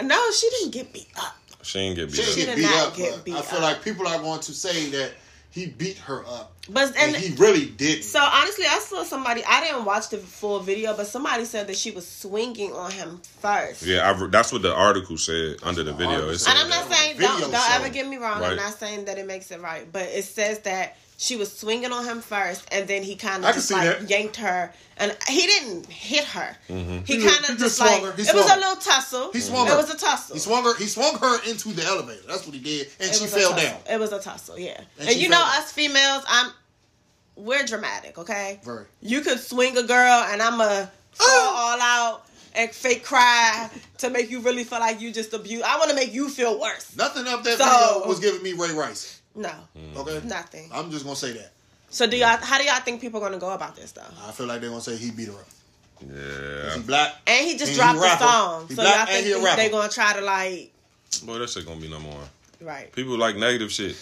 No, she didn't get beat up.
she ain't get beat
She
up.
didn't get
She did
beat
not
up,
get
but
beat
I feel
up.
like people are going to say that he beat her up.
But
And,
and
he really didn't.
so honestly, I saw somebody. I didn't watch the full video, but somebody said that she was swinging on him first.
Yeah, I, re- that's what the article said under the
what the
video.
article
It
said.
And
said
I'm not
that.
saying
Video
don't don't
show.
ever get me wrong.
Right.
I'm not saying that it makes it right, but it says that she was swinging on him first, and then he kind
I
of
can
just
see
like
that.
yanked her, and he didn't hit her.
Mm-hmm.
He
He-
kind
he
of
just
just
swung
like
her.
it
He
was
swung
a
her.
little tussle.
He swung
It
her.
was a tussle.
He swung her. He swung her into the elevator. That's what he did, and
It
she
was a
fell
tussle.
down.
It was a tussle, yeah.
And
And,
she
you know,
fell down.
us females, I'm we're dramatic, okay?
Very.
You could swing a girl, and I'm a fall
Ah!
all out and fake cry to make you really feel like you just abused. I want to make you feel worse.
Nothing up that
So-
video was giving me Ray Rice.
No,
Okay,
nothing.
Mm. I'm just gonna say that.
So do y'all? How do y'all think people are gonna go about this though?
I feel like they're gonna say he beat her up.
Yeah,
He black.
And he just
He
dropped the
rapper.
song,
He
so
black
y'all
and
think
he a rapper.
they're gonna try to like
boy, that shit gonna be number one.
right?
People like negative shit.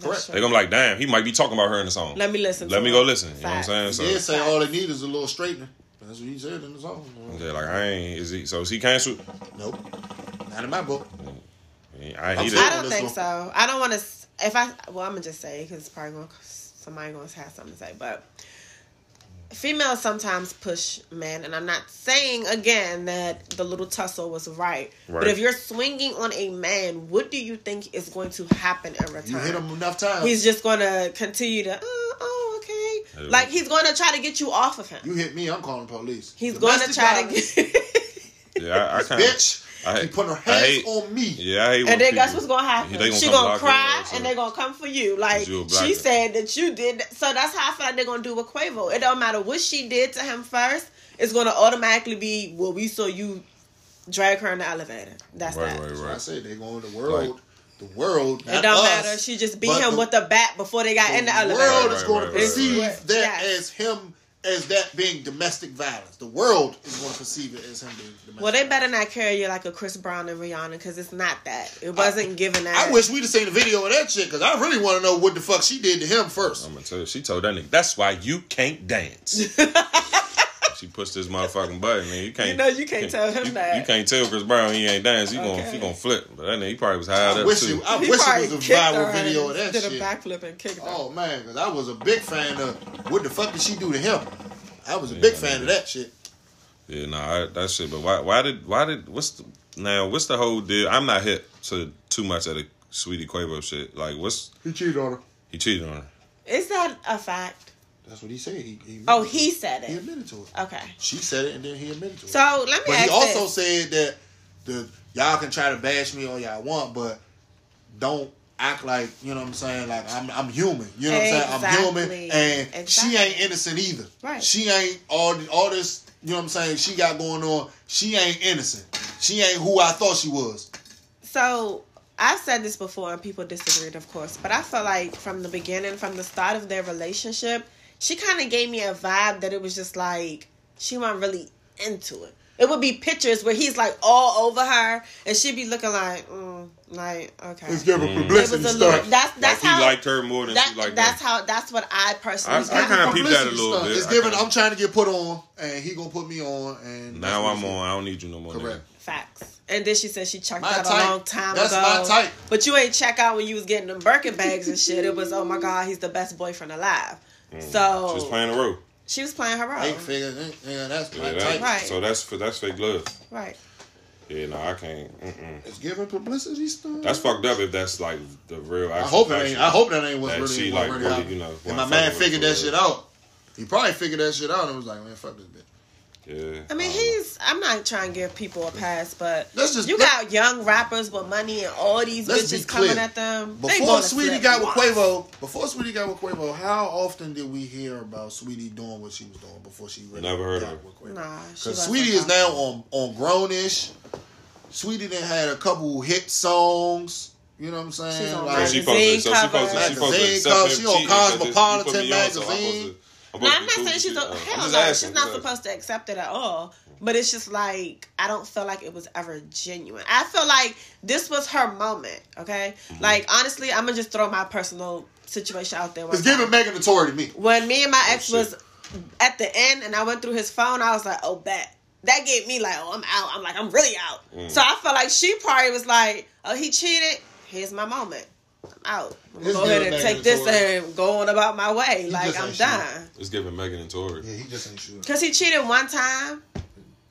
Correct.
That's
They
true.
gonna be like, damn, he might be talking about her in the song.
Let me listen.
Let
to
me
it.
go listen. You know what I'm
Facts.
saying? So
He did say all they need is a little straightening. That's what he said in the song.
yeah, like I ain't is he so is he canceled?
Nope, not in my book.
I he
I'm
did.
I
sorry.
don't
This
think
one.
so. I don't want to. If I well, I'm gonna just say because it's probably gonna somebody gonna have something to say. But females sometimes push men, and I'm not saying again that the little tussle was right.
Right.
But if you're swinging on a man, what do you think is going to happen in return?
You hit him enough times.
He's just gonna continue to. Oh, oh okay.
Hey.
Like he's gonna try to get you off of him.
you hit me, I'm calling police.
He's gonna
Domestic
try to
violence,
get.
Yeah, I, I kind of.
Bitch,
I hate-
She put her hands
I hate-
on me.
Yeah, I hate when
And then
people-
guess what's gonna happen?
They gonna
she
come
gonna
knock your
cry
ass up.
and they're gonna come for you. Like
you a black
she
guy.
said that you did. that. So that's how I feel like they're gonna do with Quavo. It don't matter what she did to him first. It's gonna automatically be well. We saw you drag her in the elevator. That's
Right,
that.
right,
That's what I
right.
said they going to the world. the world.
It
not
don't
us,
matter. She just beat
but
him
the-
with the bat before they got in the elevator.
world
Right,
is
right,
going
right,
to perceive
right, right.
that
Yes.
as him as that being domestic violence. The world is going to perceive it as him being domestic.
well, they
violence.
better not carry you like a Chris Brown and Rihanna because it's not that. It wasn't given that.
I wish we'd have seen the video of that shit because I really want to know what the fuck she did to him first.
I'm gonna tell you, she told that nigga, that's why you can't dance. she pushed this motherfucking button, man. You can't.
You know you can't tell him
you,
that.
You can't tell Chris Brown he ain't dance. He gonna
Okay.
he gonna flip. But that nigga, he probably was high
I
up
wish
too.
it, I
He
wish
probably
it was a
kicked
viral
her
video of
and
that
did
shit.
a backflip and kicked her.
Oh man, because I was a big fan of what the fuck did she do to him? I was a big fan of that shit.
Yeah, nah, I, that shit. But why? Why did? Why did? What's the, now? What's the whole deal? I'm not hip to too much of the Sweetie Quavo shit. Like, what's
He cheated on her.
he cheated on her?
Is that a fact?
That's what he said. He, he
Oh,
admitted
he
it.
said
He
it.
admitted to it.
Okay.
She said it, and then he admitted to it.
So let me
But
ask
he also
this.
said that the y'all can try to bash me all y'all want, but don't act like you know what I'm saying. Like I'm I'm human. You know what I'm saying. I'm
Exactly.
human, and
Exactly.
she ain't innocent either.
Right.
She ain't all all this. You know what I'm saying. She got going on. She ain't innocent. She ain't who I thought she was.
So I've said this before, and people disagreed, of course. But I felt like from the beginning, from the start of their relationship, she kind of gave me a vibe that it was just like she wasn't really into it. It would be pictures where he's like all over her, and she'd be looking like, mm, like okay.
giving
Mm.
It
publicity
was a little. That's
Like
that's
he
how.
liked her more than
that,
she liked
that's
him.
how. That's what I personally.
I
got.
kinda peeped that a
Publicity
little
stuff.
bit.
It's
I
giving.
kinda-
I'm trying to get put on, and he gonna put me on. And that's
Now
what
I'm
it is.
on. I don't need you no more.
Correct.
Correct.
Facts. And then she said she checked
My
out
type.
a long time
That's
ago.
my type.
But you ain't check out when you was getting them Birkin bags and shit. It was oh my god, he's the best boyfriend alive. So
Mm. She was playing a role.
she was playing her role.
Eight figures. eh, Yeah, that's my
Yeah,
type.
that,
Oh. Right.
So that's that's fake love.
Right.
Yeah, no, I can't. Mm-mm.
It's giving publicity stuff.
That's fucked up if that's like the real.
I
actual
hope it
action.
ain't. I hope that ain't what's
That
really,
she,
what
like,
really
really,
happened.
you know,
and
wasn't
my
fucking
man
with
figured
her
that
for
shit
real.
out. He probably figured that shit out and was like, man, fuck this bitch.
Yeah.
I mean,
Um,
he's. I'm not trying to give people a pass, but
Let's just-
you
let-
got young rappers with money and all these
Let's be
bitches coming
clear.
at them. They
Before
gonna
Sweetie
flip
got with
once.
Quavo, before Sweetie got with Quavo, how often did we hear about Sweetie doing what she was doing before she really
Never heard
got
of her.
with Quavo?
Nah, she
Because
wasn't
Sweetie is
out.
now on on grownish. Sweetie then had a couple hit songs. You know what I'm saying?
She's on
So she
Magazine
posted. So she posted. She
cover.
posted.
Magazine
accept
cover.
him
She on
cheating 'cause this- you put
Cosmopolitan
me on, so I'm
magazine.
supposed to-
No,
supposed
I'm not
to be
saying she's
cool
a,
with you. I'm
hell
just
no,
asking,
she's not
just asking.
supposed to accept it at all. But it's just like I don't feel like it was ever genuine. I feel like this was her moment. Okay, like honestly, I'm gonna just throw my personal situation out there. one
It's giving
time.
Megan the Tory to me.
when me and my ex
shit.
was at the end, and I went through his phone, I was like, oh bet. That gave me like, oh, I'm out. I'm like, I'm really out. So I felt like she probably was like, oh, he cheated. Here's my moment. I'm out. I'm gonna
It's
go ahead
good,
and
Megan
take
the
this
Tory.
and go on about my way. like
just
I'm
ain't shit.
done.
It's giving Megan and Tory.
he just ain't sure.
Cause he cheated one time.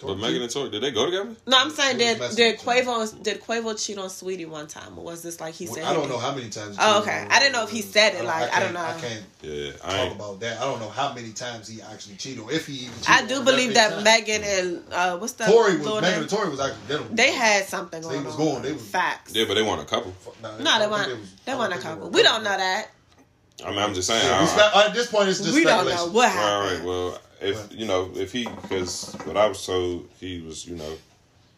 But Megan and Tory, did they go together?
No, I'm saying
He was
did
messing
did
with you.
Quavo did Quavo cheat on Sweetie one time, or was this like he said?
I
he
don't
did?
know how many times.
Oh, okay. I didn't know if he said it,
don't-
like, I
can't-
don't know.
I can't
Yeah, I
talk
ain't.
about that. I don't know how many times he actually cheated, or if he even.
I
cheated
do
on
believe that
many times.
Megan and uh, what's the
Tory
daughter?
was Megan and Tory was actually dealing with
They
it.
had something going
They was
on.
going, they was-
Facts.
Yeah, but they want a couple.
Nah,
no,
I
they
don't
want
think was- I
they
don't
want a
think they
couple.
were
We don't know that.
I mean, I'm just saying.
Yeah,
I-
we
I-
spe- at this point, it's just
We don't
speculation.
know what
All right.
happened.
Well, if you know, if he, because what I was told, he was, you know,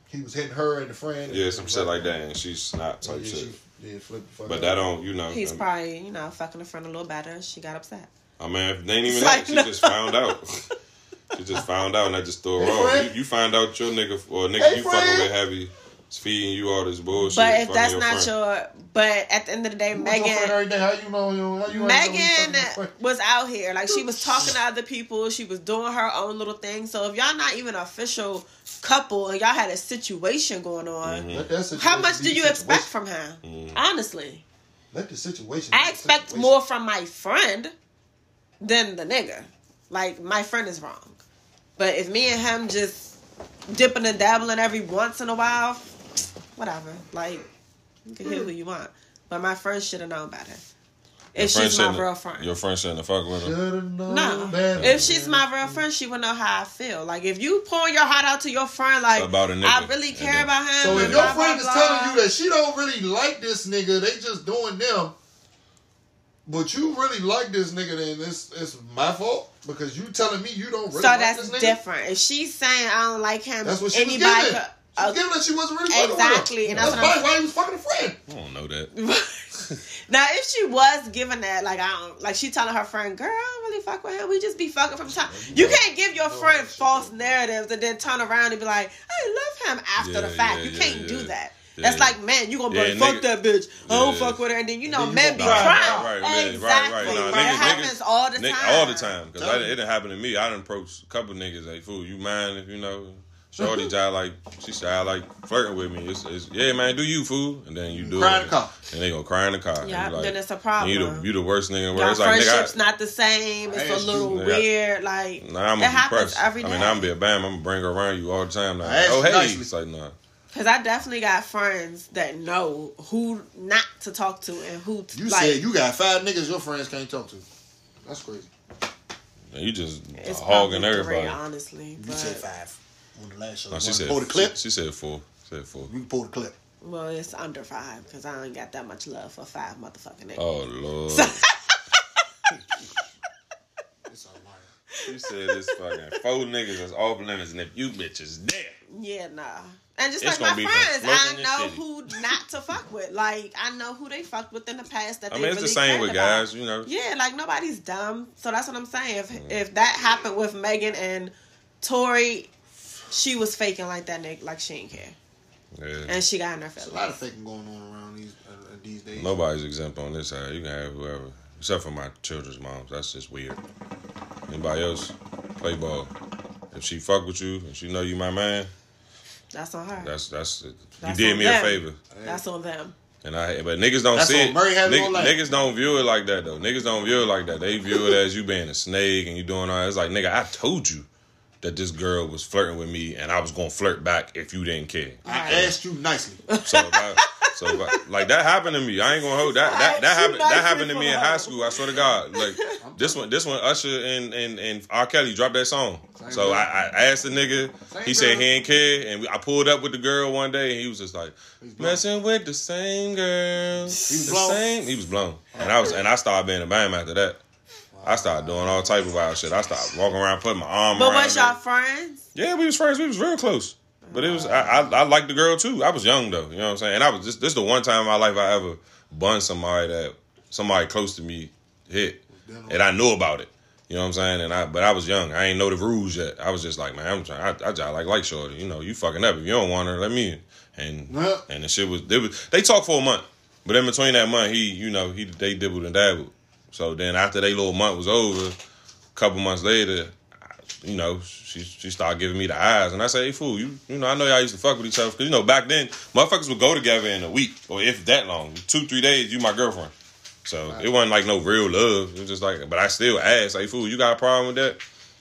He was hitting her and the friend.
yeah, some shit like that, and she's not
Yeah,
type
she-
shit.
yeah, flip the fuck
But
out.
that don't, you know.
He's
I-
probably you know fucking the friend a little better. She got upset.
I mean, if they ain't even
It's
that.
like,
She
no.
just found out. she just found out, and I just threw her
Hey,
off.
friend.
You, you find out your nigga or nigga
Hey,
you fucking
friend.
with heavy is feeding you all this bullshit.
But if
fucking
that's
your
not
friend.
your, but at the end of the day,
You with your friend
Megan
every day. How you know? You, how you ain't know you fucking
Megan
your friend?
was out here. Like she was talking to other people. She was doing her own little thing. So if y'all not even an official couple and y'all had a situation going on,
Mm-hmm.
Mhm.
Let that situation
how much
be
do
the
you
situation.
expect from him? Honestly.
Let the situation. be
I
the
expect
situation.
more from my friend than the nigga. Like my friend is wrong. But if me and him just dipping and dabbling every once in a while, whatever. Like you can hit who you want. But my friend should have known better.
friend
If she's my
shouldn't-
real friend.
Your friend shouldn't have fucked with him.
Should've known
Oh,
No.
better.
If she's my real friend, she would know how I feel. Like if you pouring your heart out to your friend, like
About a nigga.
I really care
And then-
about him.
So if
and
your
blah, blah,
friend is
blah.
telling you that she don't really like this nigga, they just doing them. But you really like this nigga, then it's it's my fault because you telling me you don't really
so
like
that's
this nigga.
different. If she's saying I don't like him,
That's what she was
anybody.
giving. She
could-
was giving that she wasn't really fucking
Exactly,
with him.
and
That's
that's what I'm-
why why he was fucking a friend.
I don't know that.
now, if she was giving that, like I don't, like she telling her friend, "Girl, I don't really fuck with him. We just be fucking from time." You can't give your friend false narratives and then turn around and be like, "I love him" after the
Yeah,
fact.
yeah,
you
yeah,
can't do
yeah.
that.
Yeah.
That's like, man, you gonna be
Yeah,
like, fuck
nigga-
that bitch. I don't
Yeah.
fuck with her, and then you know,
then you gonna
men be
die.
crying.
Right, right,
exactly,
right, right. Nah,
It
niggas-
happens
niggas-
all the time.
Nick, all the time, because
Tell
it didn't happen to me. I done approached a couple niggas like, "Fool, you mind if you know?" Shorty guy like she shy like flirting with me. It's, it's yeah, man, do you fool? And then you do
Cry
it,
in the car.
and they gonna cry in the car.
Yeah,
and you like,
then it's a
and
problem.
You the you the worst nigga. in the
Your
world. It's like
friendship's
nigga, I,
not the same. It's
I
a
asked
little
you.
weird. Like
nah, I'm
it
gonna be
happens
pressed.
every
I
day.
mean, I'm be a bam. I'm gonna bring her around you all the time. Now,
I asked
oh
you
hey,
nicely.
it's like nah.
Because I definitely got friends that know who not to talk to and who to,
You
like.
said you got five niggas your friends can't talk to. That's crazy.
And you just
it's
hogging
probably
everybody.
Three, honestly,
You
but,
said five on the last show.
No, she
Wanna
said
pull the clip.
She, she said four. She said four.
We can pull the clip.
well, it's under five because I ain't got that much love for five motherfucking niggas.
Oh lord.
It's all right.
you said this fucking four niggas that's off limits, and if you bitches there.
Yeah, nah. And just
It's
like
gonna be
my
some
friends,
smoke in
I
this
know
city.
who not to fuck with. Like I know who they fucked with in the past that
I
they
mean, it's
really
the same
cared
with
about.
guys, you know. Mm.
Yeah, like nobody's dumb. So that's what I'm saying. If if that happened with Megan and Tori, she was faking like that, Nick, like she didn't care,
Yeah.
and she got in her
A lot
feelings.
of faking going on around these uh, uh, these days.
Nobody's exempt on this side. You can have whoever, except for my children's moms. That's just weird. Anybody else play ball? If she fuck with you and she know you my man,
That's on her.
that's that's,
That's
you did
on
me
them.
a favor.
That's on them.
And I but niggas don't
That's
see
what
it.
Murray had
Nigg-
on life.
niggas don't view it like that though. Niggas don't view it like that. They view it as you being a snake and you doing all. that. It's like nigga, I told you that this girl was flirting with me and I was gonna flirt back if you didn't care.
I
Right.
asked you nicely.
So, if I, so if I- like that happened to me. I ain't gonna hold that. That, that
She
happened.
nicely
That happened to me in
for
high
her.
school. I swear to God. Like this one, this one, Usher and and and R. Kelly dropped that song.
Same
so
girl.
I, I asked the nigga.
Same
he said
girl.
he ain't care, and we, I pulled up with the girl one day, and he was just like
blown.
messing with the same girl. He was the
blown?
same. He was blown, and I was and I started being a bam after that. I started doing all type of wild shit. I started walking around, putting my arm
But
around.
was
her.
y'all friends?
Yeah, we was friends. We was real close. But it was I, I I liked the girl too. I was young though. You know what I'm saying? And I was just this the one time in my life I ever bunned somebody that somebody close to me hit. And I knew about it. You know what I'm saying? And I but I was young. I ain't know the rules yet. I was just like, man, I'm trying I, I just like like shorty. You know, you fucking up. If you don't want her, let me in. And
Yeah.
and the shit was they was they talked for a month. But in between that month, he you know, he they dibbled and dabbled. So then after they little month was over, couple months later, I- you know, she she started giving me the eyes, and I say, "Hey, fool, you you know, I know y'all used to fuck with each other because you know back then motherfuckers would go together in a week or if that long, two three days. You my girlfriend, so it wasn't like no real love. It was just like, but I still asked, "Hey, fool, you got a problem with that?"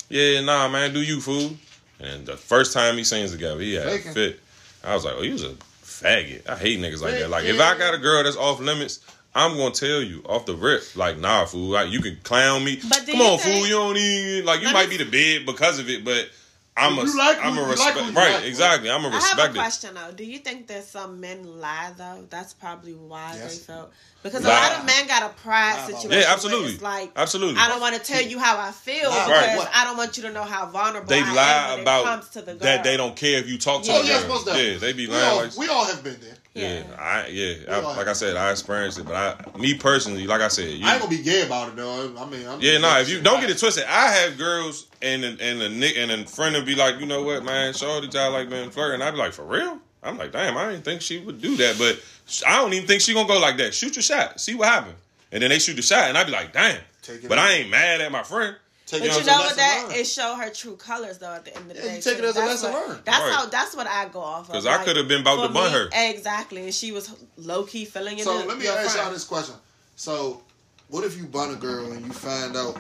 Yeah, nah, man, do you fool? And the first time he sings together, he had a
Faking.
fit. I was like, "Oh, you was a faggot." I hate niggas like that. Like if
Faking.
I got a girl that's off limits. I'm gonna tell you off the rip, like nah, fool. Like you can clown me,
But do
Come
you
on,
think-
fool. You don't even like. You
Let
might
me-
be the big because of it, but I'm a.
You like
am
who- you
a
like
respect.
who you
right,
like.
exactly. I'm a
I have a
respect. it.
question though. Do you think that some men lie though? That's probably why
Yes.
they felt because
Lie.
a lot of men got a pride
Lie about
situation.
it.
Yeah,
where
absolutely.
it's like
absolutely.
I don't want to tell you how I feel
Lie about
because
what?
I don't want you to know how vulnerable
they
I am
lie
when it
about
comes to the girl.
that they don't care if you talk to
Yeah.
Oh
the
yes,
girl.
most
Yeah,
definitely.
they be
we
lying.
all,
like,
we all have been there.
yeah,
Yeah.
I yeah. I,
We all-
like I said, I experienced it, but I, me personally, like I said, you,
I ain't gonna be gay about it though. I mean, I'm
Yeah, nah. If you don't get it twisted, I have girls and a- and a nick and a friend would be like, you know what, man, Shorty child like been flirting. I'd be like, for real? I'm like, damn, I didn't think she would do that, but sh- I don't even think she gonna go like that. Shoot your shot, see what happened, and then they shoot the shot, and I'd be like, damn.
Take it
But
out.
I ain't mad at my friend.
Take
But
it
you
as a
know what
lesson
that
learned.
it showed her true colors though. At the end of the
Yeah,
day,
you take it
too.
as a
That's
lesson
what-
learned.
That's
Right.
how. That's what I go off of.
'Cause I coulda been about
for
to bun
me,
her.
exactly, and she was low key feeling it.
So
in
let me
your
ask
friend.
y'all this question. So, what if you bun a girl and you find out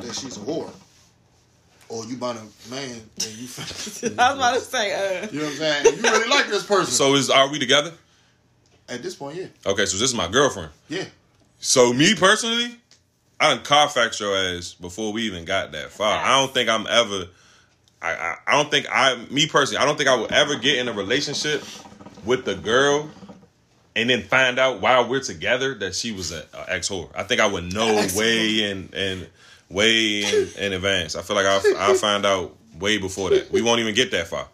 that she's a whore, or you bun a man and you find,
I was about to say, uh,
you know what I'm saying? You really like this person.
So is are we together?
at this point, yeah,
Okay, so this is my girlfriend.
yeah.
So me personally, I done car fax your ass before we even got that far. I don't think I'm ever. I, I I don't think I me personally. I don't think I will ever get in a relationship with the girl. And then find out while we're together that she was an ex whore. I think I would know way in and way in, in advance. I feel like I'll, I'll find out way before that. We won't even get that far.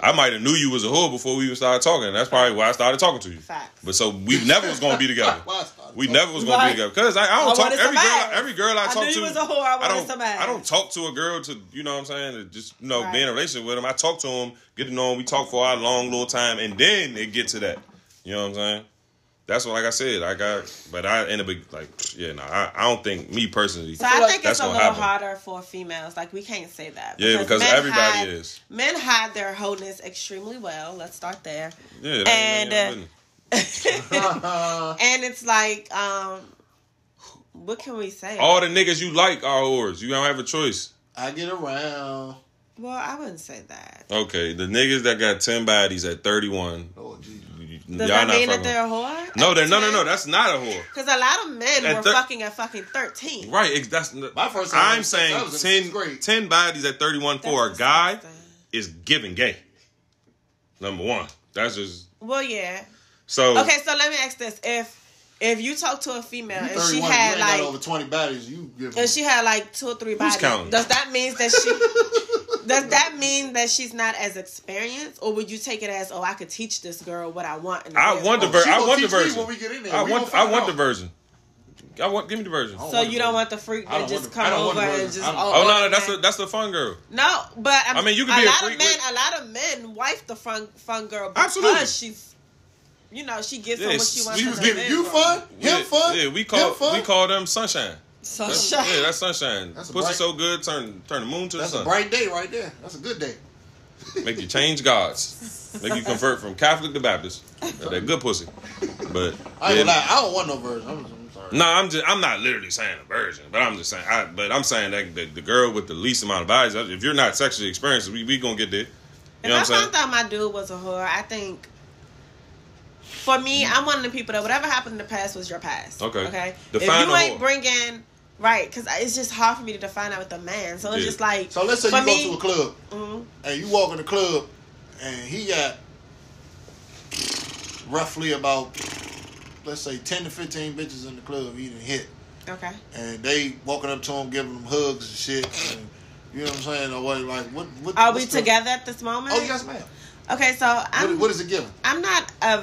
I might have knew you was a whore before we even started talking. That's probably why I started talking to you.
Facts.
But so we never was gonna be together.
Why I started
We
talking.
never was gonna
Right.
be together because I, I don't
I
talk
wanted
every
some
girl.
ass.
I, every girl I,
I
talk
knew
to,
you was a whore. I wanted
don't.
some ass.
I don't talk to a girl to you know what I'm saying. To just you know
Right.
be in a relationship with them. I talk to them, get to know them. We talk for our long little time, and then it get to that. You know what I'm saying? That's what like I said. I got, but I end up like yeah. No, I, I don't think me personally.
So
feel
I
like
think
that's
it's a
gonna
little
happen.
harder for females. Like we can't say that.
Yeah, because
men
everybody
hide-
is.
Men hide their wholeness extremely well. Let's start there.
Yeah, that ain't
And,
none of your
uh,
business.
Uh-huh.
And it's like, um, what can we say?
all the niggas you like are whores. You don't have a choice.
I get around.
well, I wouldn't say that.
Okay, the niggas that got ten bodies at 31,
Oh, Jesus.
y- y'all not
Does that mean that
fucking.
they're a whore?
no, they're no, no, no. That's not a whore.
Because a lot of men
At
were
thir-
fucking at fucking thirteen.
Right. Ex- that's
My first time
I'm
was-
saying
I was in sixth
10,
grade.
10 bodies at 31
That's
for a guy
disgusting.
is giving gay. Number one. That's just
Well, yeah.
so.
Okay, so let me ask this: if if you talk to a female and she
31, you
had
ain't
like
got over 20 bodies. You give
and she had like two or three bodies,
counting?
does that mean that she does that mean that she's not as experienced, or would you take it as oh I could teach this girl what I want? in the
I
real
want the
world?
ver-
she
I
gonna
want the
teach me
version.
when we get in there.
I
We
want.
gonna
I
find
want
out.
the version. I want. Give me the version. Oh
don't
So
want the
you don't want the freak
I
that
don't
just
want the- I
come
don't want
over
the
and
version.
just
I don't-
oh,
no, no, that's
okay.
a that's the fun girl.
no, but i
I mean, you can be
a
a
lot
freak
of men.
with-
A lot of men wife the fun fun girl because
Absolutely.
she's you know she gives
Yeah,
him what she wants.
we
from
was
her
giving
man,
you
bro.
fun,
yeah,
him fun.
Yeah, we
him
call
fun.
we call them sunshine.
So
That's-
shut-
yeah, that's sunshine.
That's a
Pussy
bright-
so good, turn turn the moon to
That's
the
a
sun.
bright day right there. That's a good day.
Make you change gods. Make you convert from Catholic to Baptist. That, that good pussy. But
I ain't
yeah.
gonna lie. I don't want no version. I'm, I'm sorry.
No, I'm just I'm not literally saying a virgin, but I'm just saying I but I'm saying that the, the girl with the least amount of bodies, if you're not sexually experienced, we we gonna get there. You
If
know
I
what I'm saying?
found out my dude was a whore, I think for me, I'm one of the people that whatever happened in the past was your past.
Okay.
Okay.
Define
if you
a
ain't
whore.
bringing right, because it's just hard for me to define out with a man. So it's
Yeah.
just like
So let's say
for
you
me,
go to a club
Mhm.
and you walk in the club and he got roughly about let's say 10 to 15 bitches in the club he didn't hit.
Okay.
And they walking up to him, giving him hugs and shit. And, you know what I'm saying? Or what? Like what? what
Are we
what's the-
together at this moment?
Oh yes, ma'am.
Okay, so I'm
What, what is it giving?
I'm not a,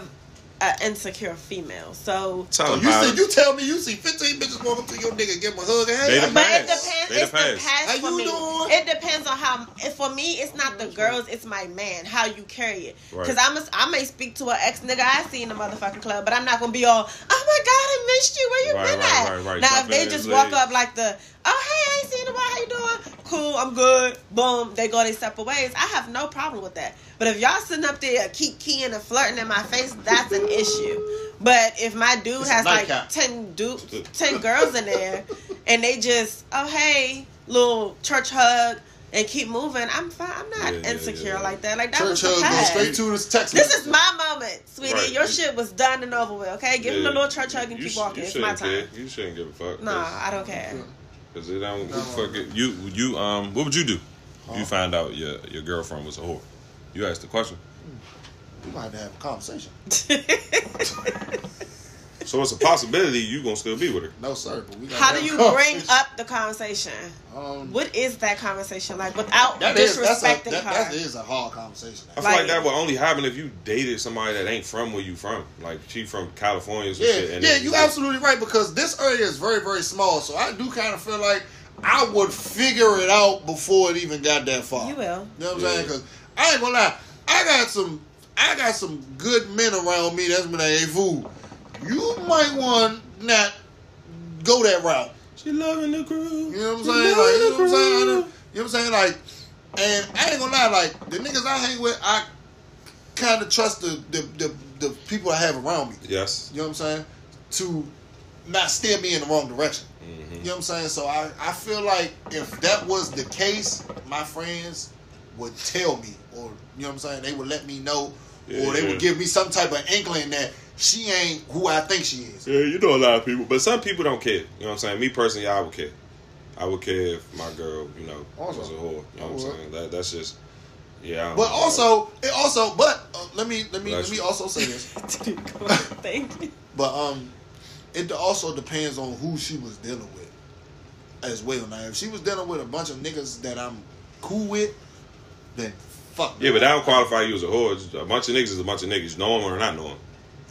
a insecure female, so
Tell
So
them
you
how-
see, you tell me you see 15 bitches walking through your nigga, give him a hug.
They
Hey,
the
I'm
But it
Pass.
depends.
They
It's the
the pass.
past
How
for
you
me.
doing?
It depends on how. If for me, it's not the girls. It's my man. How you carry it.
Right.
Because I'm. A, I may speak to an ex nigga I see in the motherfucking club, but I'm not gonna be all. Oh my god, I missed you. Where you
Right,
been
right,
at?
right, right.
Now
Jump
if they
in
just
his
walk
leg.
up like the. Oh hey, I ain't seen about how you doing. Cool, I'm good. Boom, they go their separate ways. I have no problem with that. But if y'all sitting up there keep keying and flirting in my face, that's an issue. But if my dude
It's a
has like
nightcap.
ten dudes, ten girls in there, and they just oh hey, little church hug and keep moving. I'm fine. I'm not
Yeah, yeah,
insecure
yeah.
like that. Like that
Church
was the
hug goes
past.
straight to this text.
This is my moment, sweetie.
Right.
Your shit was done and over with. Okay, give him
Yeah.
a little church hug and
You
keep
sh-
walking.
You
It's my
shouldn't
time.
care. You shouldn't give a fuck.
Nah,
Cause,
I don't care.
cause it don't who the fuck it- you you um what would you do? If you find out your your girlfriend was a whore. You asked the question.
We might have to have a conversation.
So it's a possibility you gonna still be with her.
No, sir. But we gotta
How
have
do
a
you bring
conversation.
up the conversation?
Um,
What is that conversation like without
that is that's a, that,
disrespecting her?
that is a hard conversation.
I feel like,
Like-
that would only happen if you dated somebody that ain't from where you from. Like she from California or some
Yeah,
shit. And
yeah,
then-
you absolutely right because this area is very, very small. So I do kind of feel like I would figure it out before it even got that far.
You will.
You know what I'm
Yeah.
saying? Because I ain't gonna lie, I got some, I got some good men around me. That's been like, hey, fool, you might want not go that route.
She loving the crew.
You know what I'm saying? Like, you know what I'm saying? I done- You know what I'm saying? Like, and I ain't gonna lie, like the niggas I hang with, I kind of trust the the, the the people I have around me.
Yes.
You know what I'm saying? To not steer me in the wrong direction.
Mm-hmm.
You know what I'm saying? So I, I feel like if that was the case, my friends would tell me, or you know what I'm saying? They would let me know,
Yeah,
or they
yeah.
would give me some type of inkling that she ain't who I think she is.
Yeah, you know a lot of people, but some people don't care. You know what I'm saying? Me personally, I would care. I would care if my girl, you know,
Also.
was a whore. You know what I'm
I would.
saying? That, that's just, yeah. I don't
But
know.
also, it also, but uh, let me let me
Bless
let me
you.
also say this.
Thank you.
But um, it also depends on who she was dealing with, as well. Now, if she was dealing with a bunch of niggas that I'm cool with, then fuck.
yeah, but that don't qualify you as a whore. It's- A bunch of niggas is a bunch of niggas, knowing or not knowing.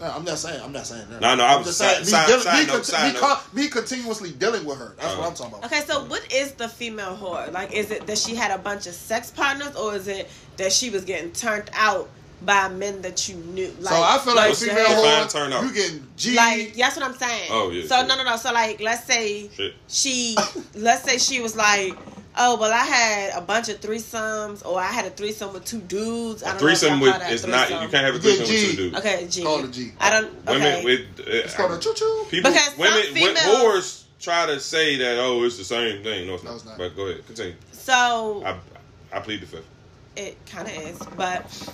No, I'm not saying. I'm not saying that.
No, no, I
I'm just
was-
saying
side-
me,
side-
dealing-
side
me,
note,
con-
side
me,
note.
con- me continuously dealing with her. That's
Uh,
what I'm talking about.
Okay, so what is the female whore? Like, is it that she had a bunch of sex partners, or is it that she was getting turned out by men that you knew? Like,
so I feel like
What's the
female
fine turn
whore,
out?
you getting G.
like that's what I'm saying.
Oh, yeah,
So
sure.
no, no, no. So like, let's say
Shit.
she, let's say she was like, oh well, I had a bunch of threesomes, or I had a threesome with two dudes. I
A
don't
threesome
know if
with
y'all call that
it's not. You
threesome.
can't have a
You get
threesome
G.
with two dudes.
Okay, G.
Call it G.
I don't.
Women
Okay.
with uh,
it's called a choo choo.
people,
Because some
women, when
females-
whores try to say that oh, it's the same thing. No, it's not.
No, it's not.
But go ahead, continue.
so
I I plead the fifth.
it kind of is, but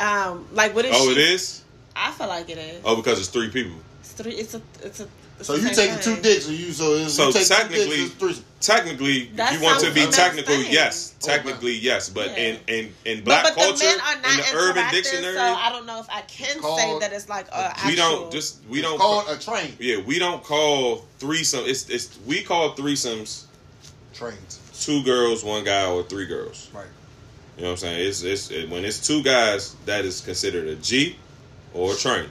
um, like, what is?
Oh,
she,
it is.
I feel like it is.
Oh, because it's three people.
It's three. It's a. It's a. It's
So
the
you
same
taking
thing.
two dicks, and you so it's,
So
you take two
technically-
dicks, it's threesome.
Technically,
That
if you want to
sounds
be
like
technical,
that's
yes.
Oh, wow.
Technically, yes. But
Yeah.
in, in, in
But,
black
but
culture,
the men are
in
not
the Urban
interactive,
Dictionary,
so I don't know if I can say
called-
that it's like a.
we don't
actual-
just we
It's
don't.
called a train.
yeah, we don't call threesome. It's it's we call threesomes
Trains,
two girls, one guy, or three girls.
right?
You know what I'm saying? It's it's it, when it's two guys that is considered a G or a train.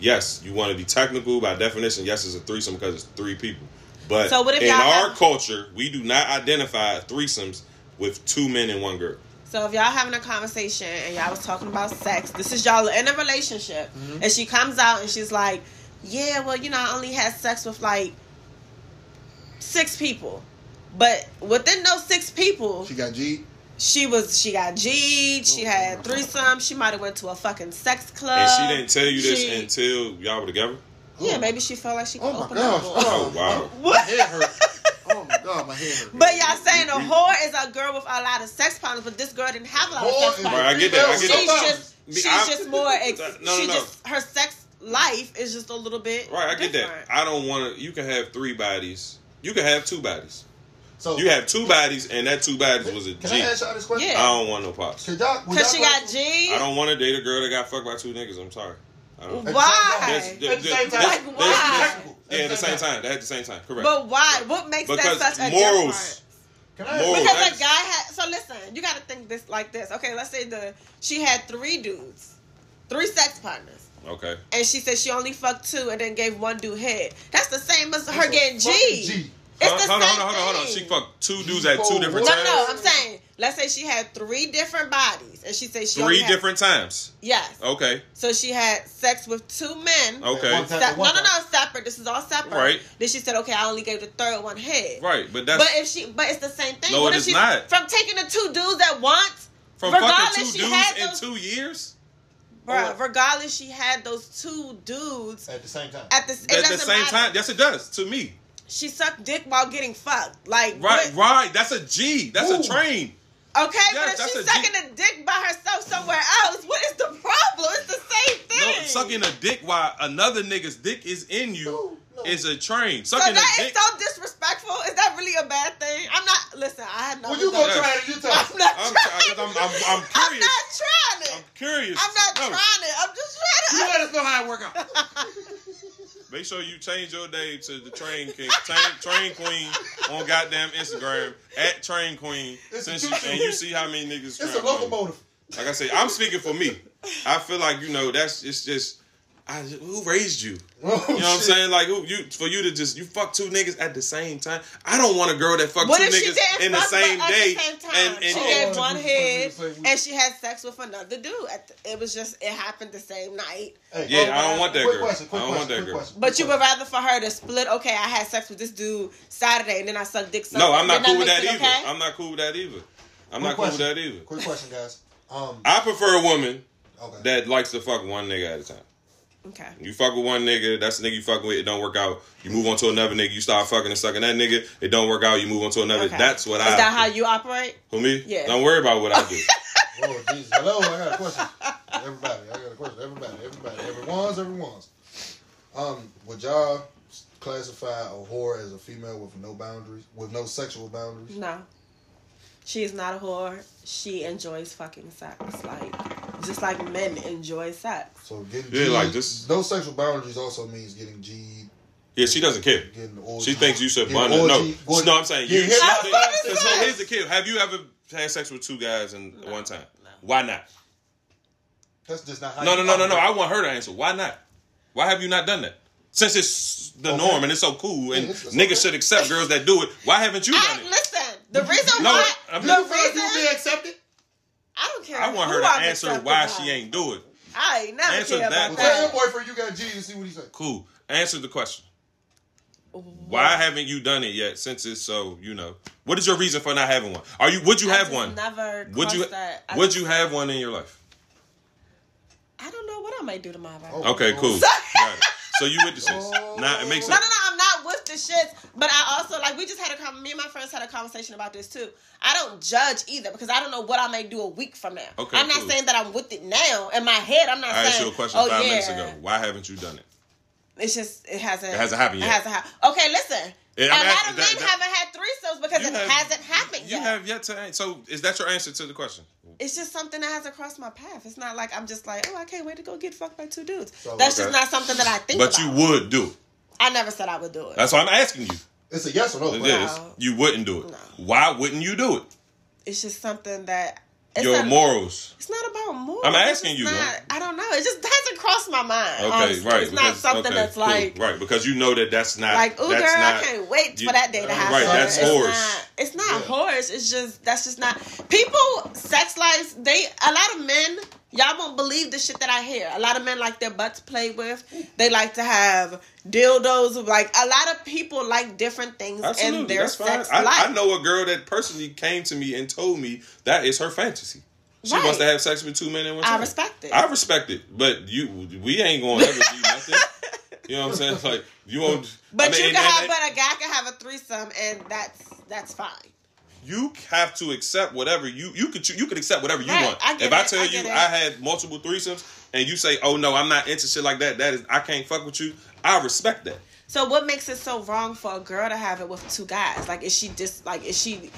Yes, you want to be technical by definition. Yes, it's a threesome because it's three people. But
So what if
in
y'all
our
have-
culture, we do not identify threesomes with two men and one girl.
So if y'all having a conversation and y'all was talking about sex, this is y'all in a relationship,
Mm-hmm.
and she comes out and she's like, "Yeah, well, you know, I only had sex with like six people." But within those six people,
She got G.
she was she got G'd, she had threesome, she might have went to a fucking sex club.
Oh, And she didn't tell you this
Uh, She-
until y'all were together.
Yeah, maybe she felt like she could
Oh my
open
gosh!
up. More.
Oh wow!
My
What?
head hurts. Oh my god, my head hurts.
But y'all saying a whore is a girl with a lot of sex problems, but this girl didn't have a lot
Whore
of sex
is-
Right,
problems.
I get that. I
She's
get that.
just she's
I'm-
just more. Ex-
No, no,
she
no.
just her sex life is just a little bit.
Right, I get that.
different.
I don't want to. You can have three bodies. You can have two bodies.
so
You have two bodies, and that two bodies was a
Oh. Can
G.
I ask y'all this question?
I
Yeah.
don't want no pops.
Can y'all? would
Cause she
y'all
got
like-
G.
I don't want to date a girl that got fucked by two niggas. I'm sorry. I don't.
At the same
Why?
time.
That's- that-
At
the
that-
same time.
that's-
Like,
that's-
why?
Yeah, at the same time. They had the same time. Correct.
But why? What makes that
Because
such a
morals-
difference?
Can I ask-
Moral.
Because
that's-
a guy had. So listen, you got to think this like this. Okay, let's say the she had three dudes, three sex partners.
Okay.
and she said she only fucked two and then gave one dude head. That's the same as her
a
getting G.
fucking
It's
G.
the
Hold
same
hold on, hold on, hold on, hold on. She
thing.
fucked two dudes at two
Oh,
different
what?
No, no, I'm
times.
saying. Let's say she had three different bodies, and she said she only
Three
had-
different Oh. times.
Yes.
Okay.
So she had sex with two men.
Okay.
One time,
Se- no,
one
no,
time.
no, separate. This is all separate.
Oh. Right.
Then she said, "Okay, I only gave the third one head."
Right, but that's
But if she, but it's the same thing.
No,
What
it
if
is
she-
not.
From taking the two dudes at once,
from
regardless,
fucking two
she
dudes
had
in
those-
two years.
bruh,
Oh.
regardless, she had those two dudes
At the same time.
at the, it
At the
doesn't
same
matter.
time, yes, it does to me.
She sucked dick while getting fucked. Like
Right,
what-
right. That's a G. That's
Ooh.
a train.
Okay,
Yes,
but if
that's a
she's
dick.
sucking a dick by herself somewhere else, what is the problem? It's the same
No,
thing.
sucking a dick while another nigga's dick is in you
No, no.
is a train.
so
Sucking
that
a
is
dick.
so disrespectful. Is that really a bad thing? I'm not. Listen, I have no.
Well, you
results.
gonna try it? You tell
I'm not
I'm,
trying.
I'm, I'm, I'm
I'm
curious.
not trying
I'm
it.
curious.
I'm not
No.
trying it. I'm just
You
trying
let us know how it work out.
Make sure you change your name to the Train King, train, train Queen on goddamn Instagram at Train Queen.
It's
Since
a
you,
choo-choo.
and you see how many niggas.
It's a
trying to-
locomotive.
Like I say, I'm speaking for me. I feel like you know that's it's just. I, who raised you? You
Oh,
know what I'm saying? Like who you for you to just you fuck two niggas at the same time. I don't want a girl that fuck
What
two
if she
niggas
didn't
in the
fuck
same
but
day
At the same time?
and, and,
she
and
gave one
Oh,
head
it's the same
and she had sex with another dude. At the- It was just it happened the same night.
Hey,
Yeah,
oh,
I don't want that
quick
girl.
Question, quick
I don't want
question,
that
quick
girl.
Question,
But you
quick
would rather for her to split, okay, I had sex with this dude Saturday and then I sucked dick Sunday.
no, I'm not
Then
cool with that
makes it
either.
okay?
I'm not cool with that either.
Quick
I'm not cool with
question.
that either.
Quick question, guys. Um,
I prefer a woman
okay.
that likes to fuck one nigga at a time.
Okay.
You fuck with one nigga, that's the nigga you fuck with, it don't work out. You move on to another nigga, you start fucking and sucking that nigga, it don't work out, you move on to another.
okay.
That's what
Is
I
Is that how you operate?
for me?
Yeah.
Don't worry about what I do.
oh, Jesus. Hello, I got a question.
everybody. I got a question. Everybody, everybody, everyone's, everyone's. Um, would y'all classify a whore as a female with no boundaries, with no sexual boundaries?
No. She is not a whore. She enjoys fucking sex. Like, just like men enjoy sex.
So getting
Yeah, like
G'd-
this-
No sexual boundaries also means getting G,
Yeah, she doesn't care.
getting orgy.
She thinks you should
getting
bond her. No,
orgy, going-
no, I'm saying you.
getting hit
she
by
think-
I was about to
so
say.
here's the kid. Have you ever had sex with two guys in one time?
no.
Why not?
That's just not how.
No,
you
no, no, no, no.
operate.
I want her to answer. Why not? Why have you not done that? Since it's the norm and it's so cool, and
Yeah, it's- it's
niggas
okay.
should accept girls that do it. Why haven't you
I,
done it?
Ah, listen, the reason
No,
why.
I'm
Do you
not.
feel like you be accepted?
I don't care.
I want her
who
to
I'm
answer
accepted
why
by.
she ain't do it.
I ain't never
Answer that
care about
Well, tell
that.
your boyfriend you got G and see what he say.
Cool. Answer the question. Why haven't you done it yet? Since it's so, you know, what is your reason for not having one? Are you? Would you
I
have
just
one?
Never.
Would you?
crossed That. I
Would
just-
you have one in your life?
I don't know what I might do to my body.
Oh.
Okay, cool. Got it. So you with the shits?
Oh.
Nah, it makes
No, no,
sense.
no. I'm not with the shits. But I also like we just had a com- me and my friends had a conversation about this too. I don't judge either because I don't know what I may do a week from now.
Okay,
I'm not
cool.
saying that I'm with it now. In my head, I'm not
I
saying.
asked you a question
oh,
five
yeah.
minutes ago. Why haven't you done it?
It's just it hasn't.
It hasn't happened
It
yet.
hasn't happened. Okay, listen.
Yeah, I'm
a lot
asking-
of
that-
men
that-
haven't had threesomes because
You
it
have-
hasn't happened
You
yet.
have yet to. an- So is that your answer to the question?
It's just something that hasn't crossed my path. It's not like I'm just like, oh, I can't wait to go get fucked by two dudes.
So,
That's
okay.
just not something that I think
But
about.
you would do. it.
I never said I would do it.
That's why I'm asking you.
It's a yes or no.
It
question.
is. You wouldn't do it.
No.
Why wouldn't you do it?
It's just something that it's
your
not,
morals.
It's not about more.
I'm
It's
asking
just
you,
not-
man.
I don't know. It just hasn't crossed my mind.
Okay,
honestly.
right.
It's not
because-
something
okay,
that's
cool,
like.
right because you know that that's not
Like, ooh, girl,
that's
I
not-
can't wait
you-
for that day to happen.
Right, that's
it's
horse.
Not, it's not
Yeah.
horse. It's just that's just not people. Sex lives. They a lot of men. Y'all won't believe the shit that I hear. A lot of men like their butts played with. They like to have dildos. Like a lot of people like different things
Absolutely,
in their
that's fine.
sex life.
I, I know a girl that personally came to me and told me that is her fantasy. She
Right.
wants to have sex with two men in one
I
time.
respect it.
I respect it, but you, we ain't gonna ever do nothing. You know what I'm saying? Like you won't.
But
I mean,
you
and-
can
and-
have,
and-
but a guy can have a threesome, and that's that's fine.
you have to accept whatever you you could you could accept whatever you
Right,
want.
I get
if I
it,
tell
I
you
get it.
I had multiple threesomes and you say, "Oh no, I'm not into shit like that. That is I can't fuck with you." I respect that.
So what makes it so wrong for a girl to have it with two guys? Like is she just like is she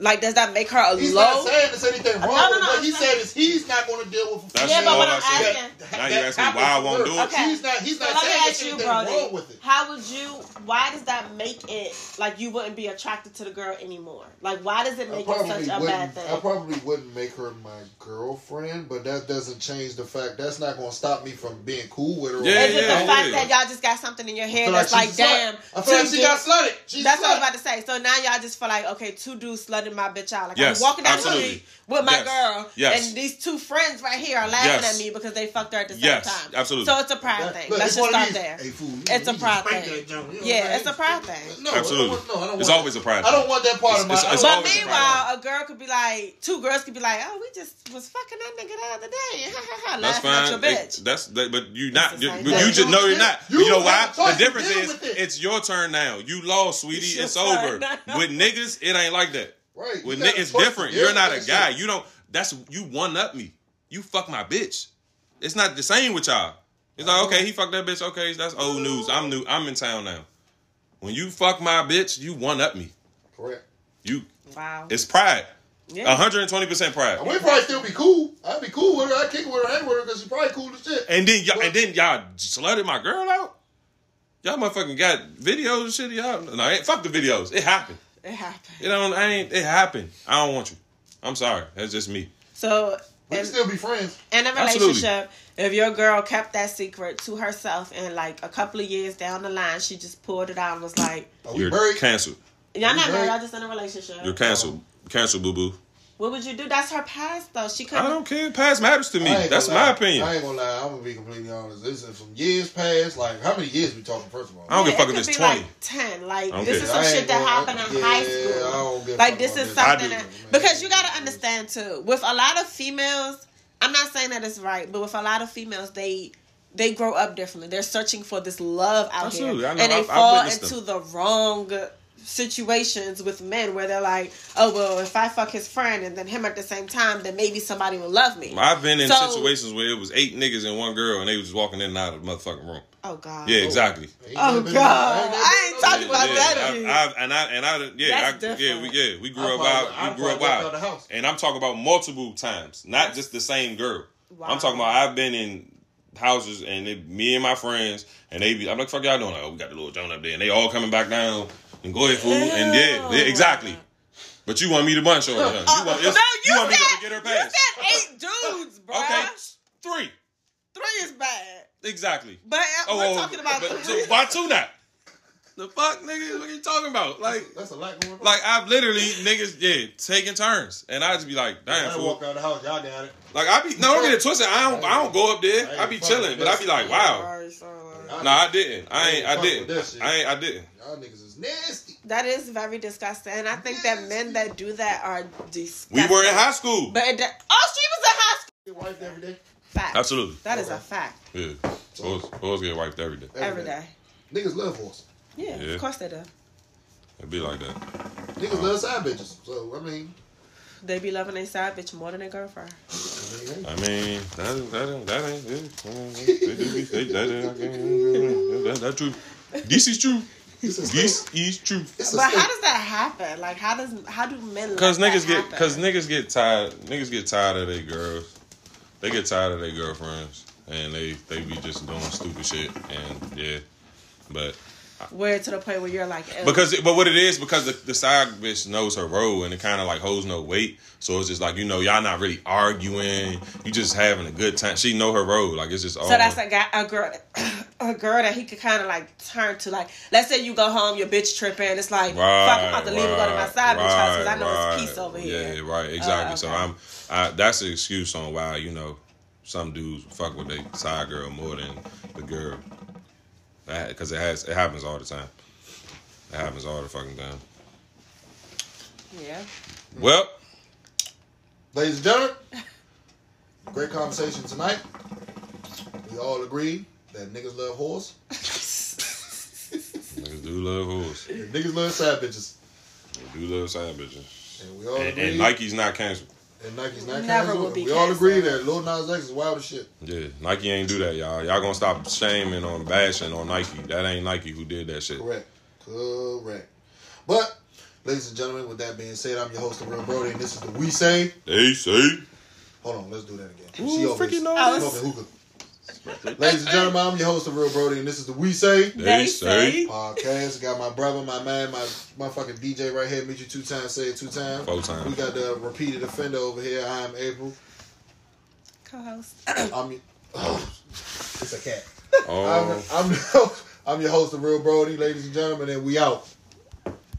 like does that make her a
He's
low?
not saying there's anything wrong.
no,
with
no,
it. what
I'm
he
saying-
said is he's not going to deal with.
That's
yeah, but
all
what
I
I'm
said.
asking.
Now you asking me why I won't do it?
Okay.
He's not. He's
So
not
let me
saying
ask
there's
you,
anything
Brody.
wrong with it.
How would you? Why does that make it like you wouldn't be attracted to the girl anymore? Like why does it
I
make it
probably
such a bad
wouldn't. I
thing?
probably wouldn't make her my girlfriend, but that doesn't change the fact that's not going to stop me from being cool with her. or-
Yeah,
Is it
yeah,
the
yeah.
fact that y'all just got something in your
I
head
feel
that's like,
she's a slut.
damn?
I feel like
two
she
dudes-
got slutted. She's
That's
a
what I
slut.
was about to say. So now y'all just feel like, okay, two dudes slutting my bitch out. Like
Yes,
I'm walking down
absolutely.
the street with my
Yes,
girl,
yes.
and these two friends right here are laughing
Yes.
at me because they fucked her at the same
Yes,
time.
absolutely.
So it's a pride thing.
Look,
Let's
it's
just
one of these-
stop there.
Hey, fool, you-
It's a
you just
pride
spank
thing.
that junk, you know,
Yeah,
like-
it's a pride thing.
No,
Absolutely.
I don't want- no, I don't
It's
want
always
that.
a pride
I don't
thing.
want that part of my.
It's- it's-
I
But
don't
always a
want that
pride.
part.
meanwhile, a girl could be like, two girls could be like, oh, we just was fucking that nigga the other day, ha ha ha,
That's
laughing at your
fine. It-
bitch.
that's that, but you not.
the
You,
same
but
thing.
you just know you're not. You,
You
know
have
why?
a choice
The
to
difference
deal
is
with it.
it's your turn now. You lost, sweetie.
your
It's
turn
over.
now.
With niggas, it ain't like that.
Right, you
With
got
niggas,
a
it's
choice to
different.
deal
You're
with
not
that
a
shit.
guy. You don't. That's you one up me. You fuck my bitch. It's not the same with y'all. It's like okay, he fucked that bitch. Okay, that's old news. I'm new. I'm in town now. When you fuck my bitch, you one up me.
Correct.
You.
Wow.
It's pride.
Yeah.
120 percent pride.
And we probably still be cool. I'd be cool with her. I'd kick it with her, hang with her, because she's probably cool as shit.
And then y'all, and then y'all slutted my girl out. Y'all motherfucking got videos and shit. of Y'all, no, ain't- fuck the videos. It happened.
It happened.
It don't. I ain't. It happened. I don't want you. I'm sorry. That's just me.
So,
we can
and-
still be friends.
in a
Absolutely.
relationship, if your girl kept that secret to herself and like a couple of years down the line, she just pulled it out and was like,
Are we
You're
married?
canceled.
Y'all not
Mhm.
married, y'all just in a relationship.
You're canceled.
Oh.
Cancel, boo boo.
What would you do? That's her past though. She
I
couldn't
don't care. Past matters to me.
I ain't
That's
gonna
my
lie.
opinion.
I
I,
ain't gonna lie. I'm gonna be completely honest. This is some years past. Like how many years we talking? First of all,
don't give a
It
fuck if
could
it's
be
20.
Like Ten, like
I don't
this
care.
is some
I ain't
shit that
gonna-
happened in
yeah,
high
I
school.
don't give a
Like
fuck
this
about
is
that.
I
something
do.
that because you gotta understand too. With a lot of females, I'm not saying that it's right, but with a lot of females, they they grow up differently. They're searching for this love out
Absolutely.
here,
I know.
and they
I've- I've
fall
witnessed
into
them.
the wrong situations with men where they're like, oh well, if I fuck his friend and then him at the same time, then maybe somebody will love me.
I've been in
So-
situations where it was eight niggas and one girl, and they was just walking in and out of the motherfucking room.
Oh God.
Yeah, exactly.
Oh
Ain't never
God,
been-
I ain't talking
yeah,
about
yeah.
that.
I, I've- and I and I yeah
That's
I, yeah we
different.
yeah we grew
I
up
probably- I
out we grew up
probably walked out the
out,
house.
and I'm talking about multiple times, not just the same girl.
Wow.
I'm talking about I've been in houses and it, me and my friends, and they be I'm like fuck y'all doing like oh we got the little Joan up there, and they all coming back down and go ahead fool and yeah,
Ew.
yeah, exactly. But you want me to bunch her? huh?
Oh,
You want,
no,
it's-
you,
you want me
said,
to get her past?
You said eight dudes, bro.
Okay, three
Three is bad,
exactly. Oh,
but uh, we're talking about
but, so
three.
why two not? The fuck, nigga? What are you talking about? Like,
That's a lot going on.
like I've literally niggas, yeah, taking turns, and I just be like, damn,
I
fool.
walk out of the house. Y'all got it.
Like I be, no, don't get it twisted. I don't, I don't go up there. I be chilling, but I be like, wow.
Sorry, sorry.
No, I didn't. I ain't. I didn't. I ain't. I didn't.
Y'all niggas is nasty.
That is very disgusting, and I think that men that do that are disgusting.
We were in high school.
but it, oh, she was in high school.
Get wiped every day.
Fact.
Absolutely.
That is a fact.
Yeah. Hoes, hoes get wiped every day.
Every day.
Niggas love horses.
Yeah,
Yeah.
of course they do.
It be like that.
Niggas love side bitches. So I mean,
They be loving their side bitch more than their girlfriend.
I mean, hey,
I mean, that that ain't that ain't it. They do be fake. That ain't that, that true. This is true.
it's a still-
This is true.
it's a
But
still-
how does that happen? Like, how does how do men? let
Cause
that
niggas get,
happen?
cause niggas get tired. Niggas get tired of their girls. They get tired of their girlfriends, and they they be just doing stupid shit. And yeah, but
where to the point where you're like, ew.
because but what it is because the, the side bitch knows her role and it kind of like holds no weight. So it's just like you know y'all not really arguing. You just having a good time. She know her role. Like it's just all.
So that's a guy, a girl, a girl that he could kind of like turn to. Like, let's say you go home, your bitch tripping. It's like, fuck, I'm about to leave and go to my side bitch house because I know
right,
it's peace over
Yeah,
here. Uh,
right, exactly. So
okay.
I'm, I, that's an excuse on why you know some dudes fuck with their side girl more than the girl, because it has it happens all the time. It happens all the fucking time.
Yeah.
Well,
Ladies and gentlemen, great conversation tonight. We all agree that niggas love horse.
niggas do love hoes.
and Niggas love side bitches.
They do love side bitches.
And we all
And,
agree.
and Nike's not canceled.
and Nike's not
Never
canceled.
will be
We all agree that
canceled.
Lil Nas X is wild as shit.
Yeah, Nike ain't do that, y'all. Y'all gonna stop shaming on bashing on Nike. That ain't Nike who did that shit.
Correct. Correct. But, ladies and gentlemen, with that being said, I'm your host, the real Brody, and this is the We Say.
They say.
Hold on, let's do that again.
Ooh, freaking
knows.
smoking hookah. Ladies and gentlemen, I'm your host, the real Brody, and this is the We Say
They say.
podcast. Got my brother, my man, my motherfucking DJ right here. Meet you two times, say it two times.
Four times.
We got the repeated offender over here. I am April.
co-host.
I'm. it's a cat.
Oh.
I'm, I'm, I'm your host, the real Brody, ladies and gentlemen, and we out.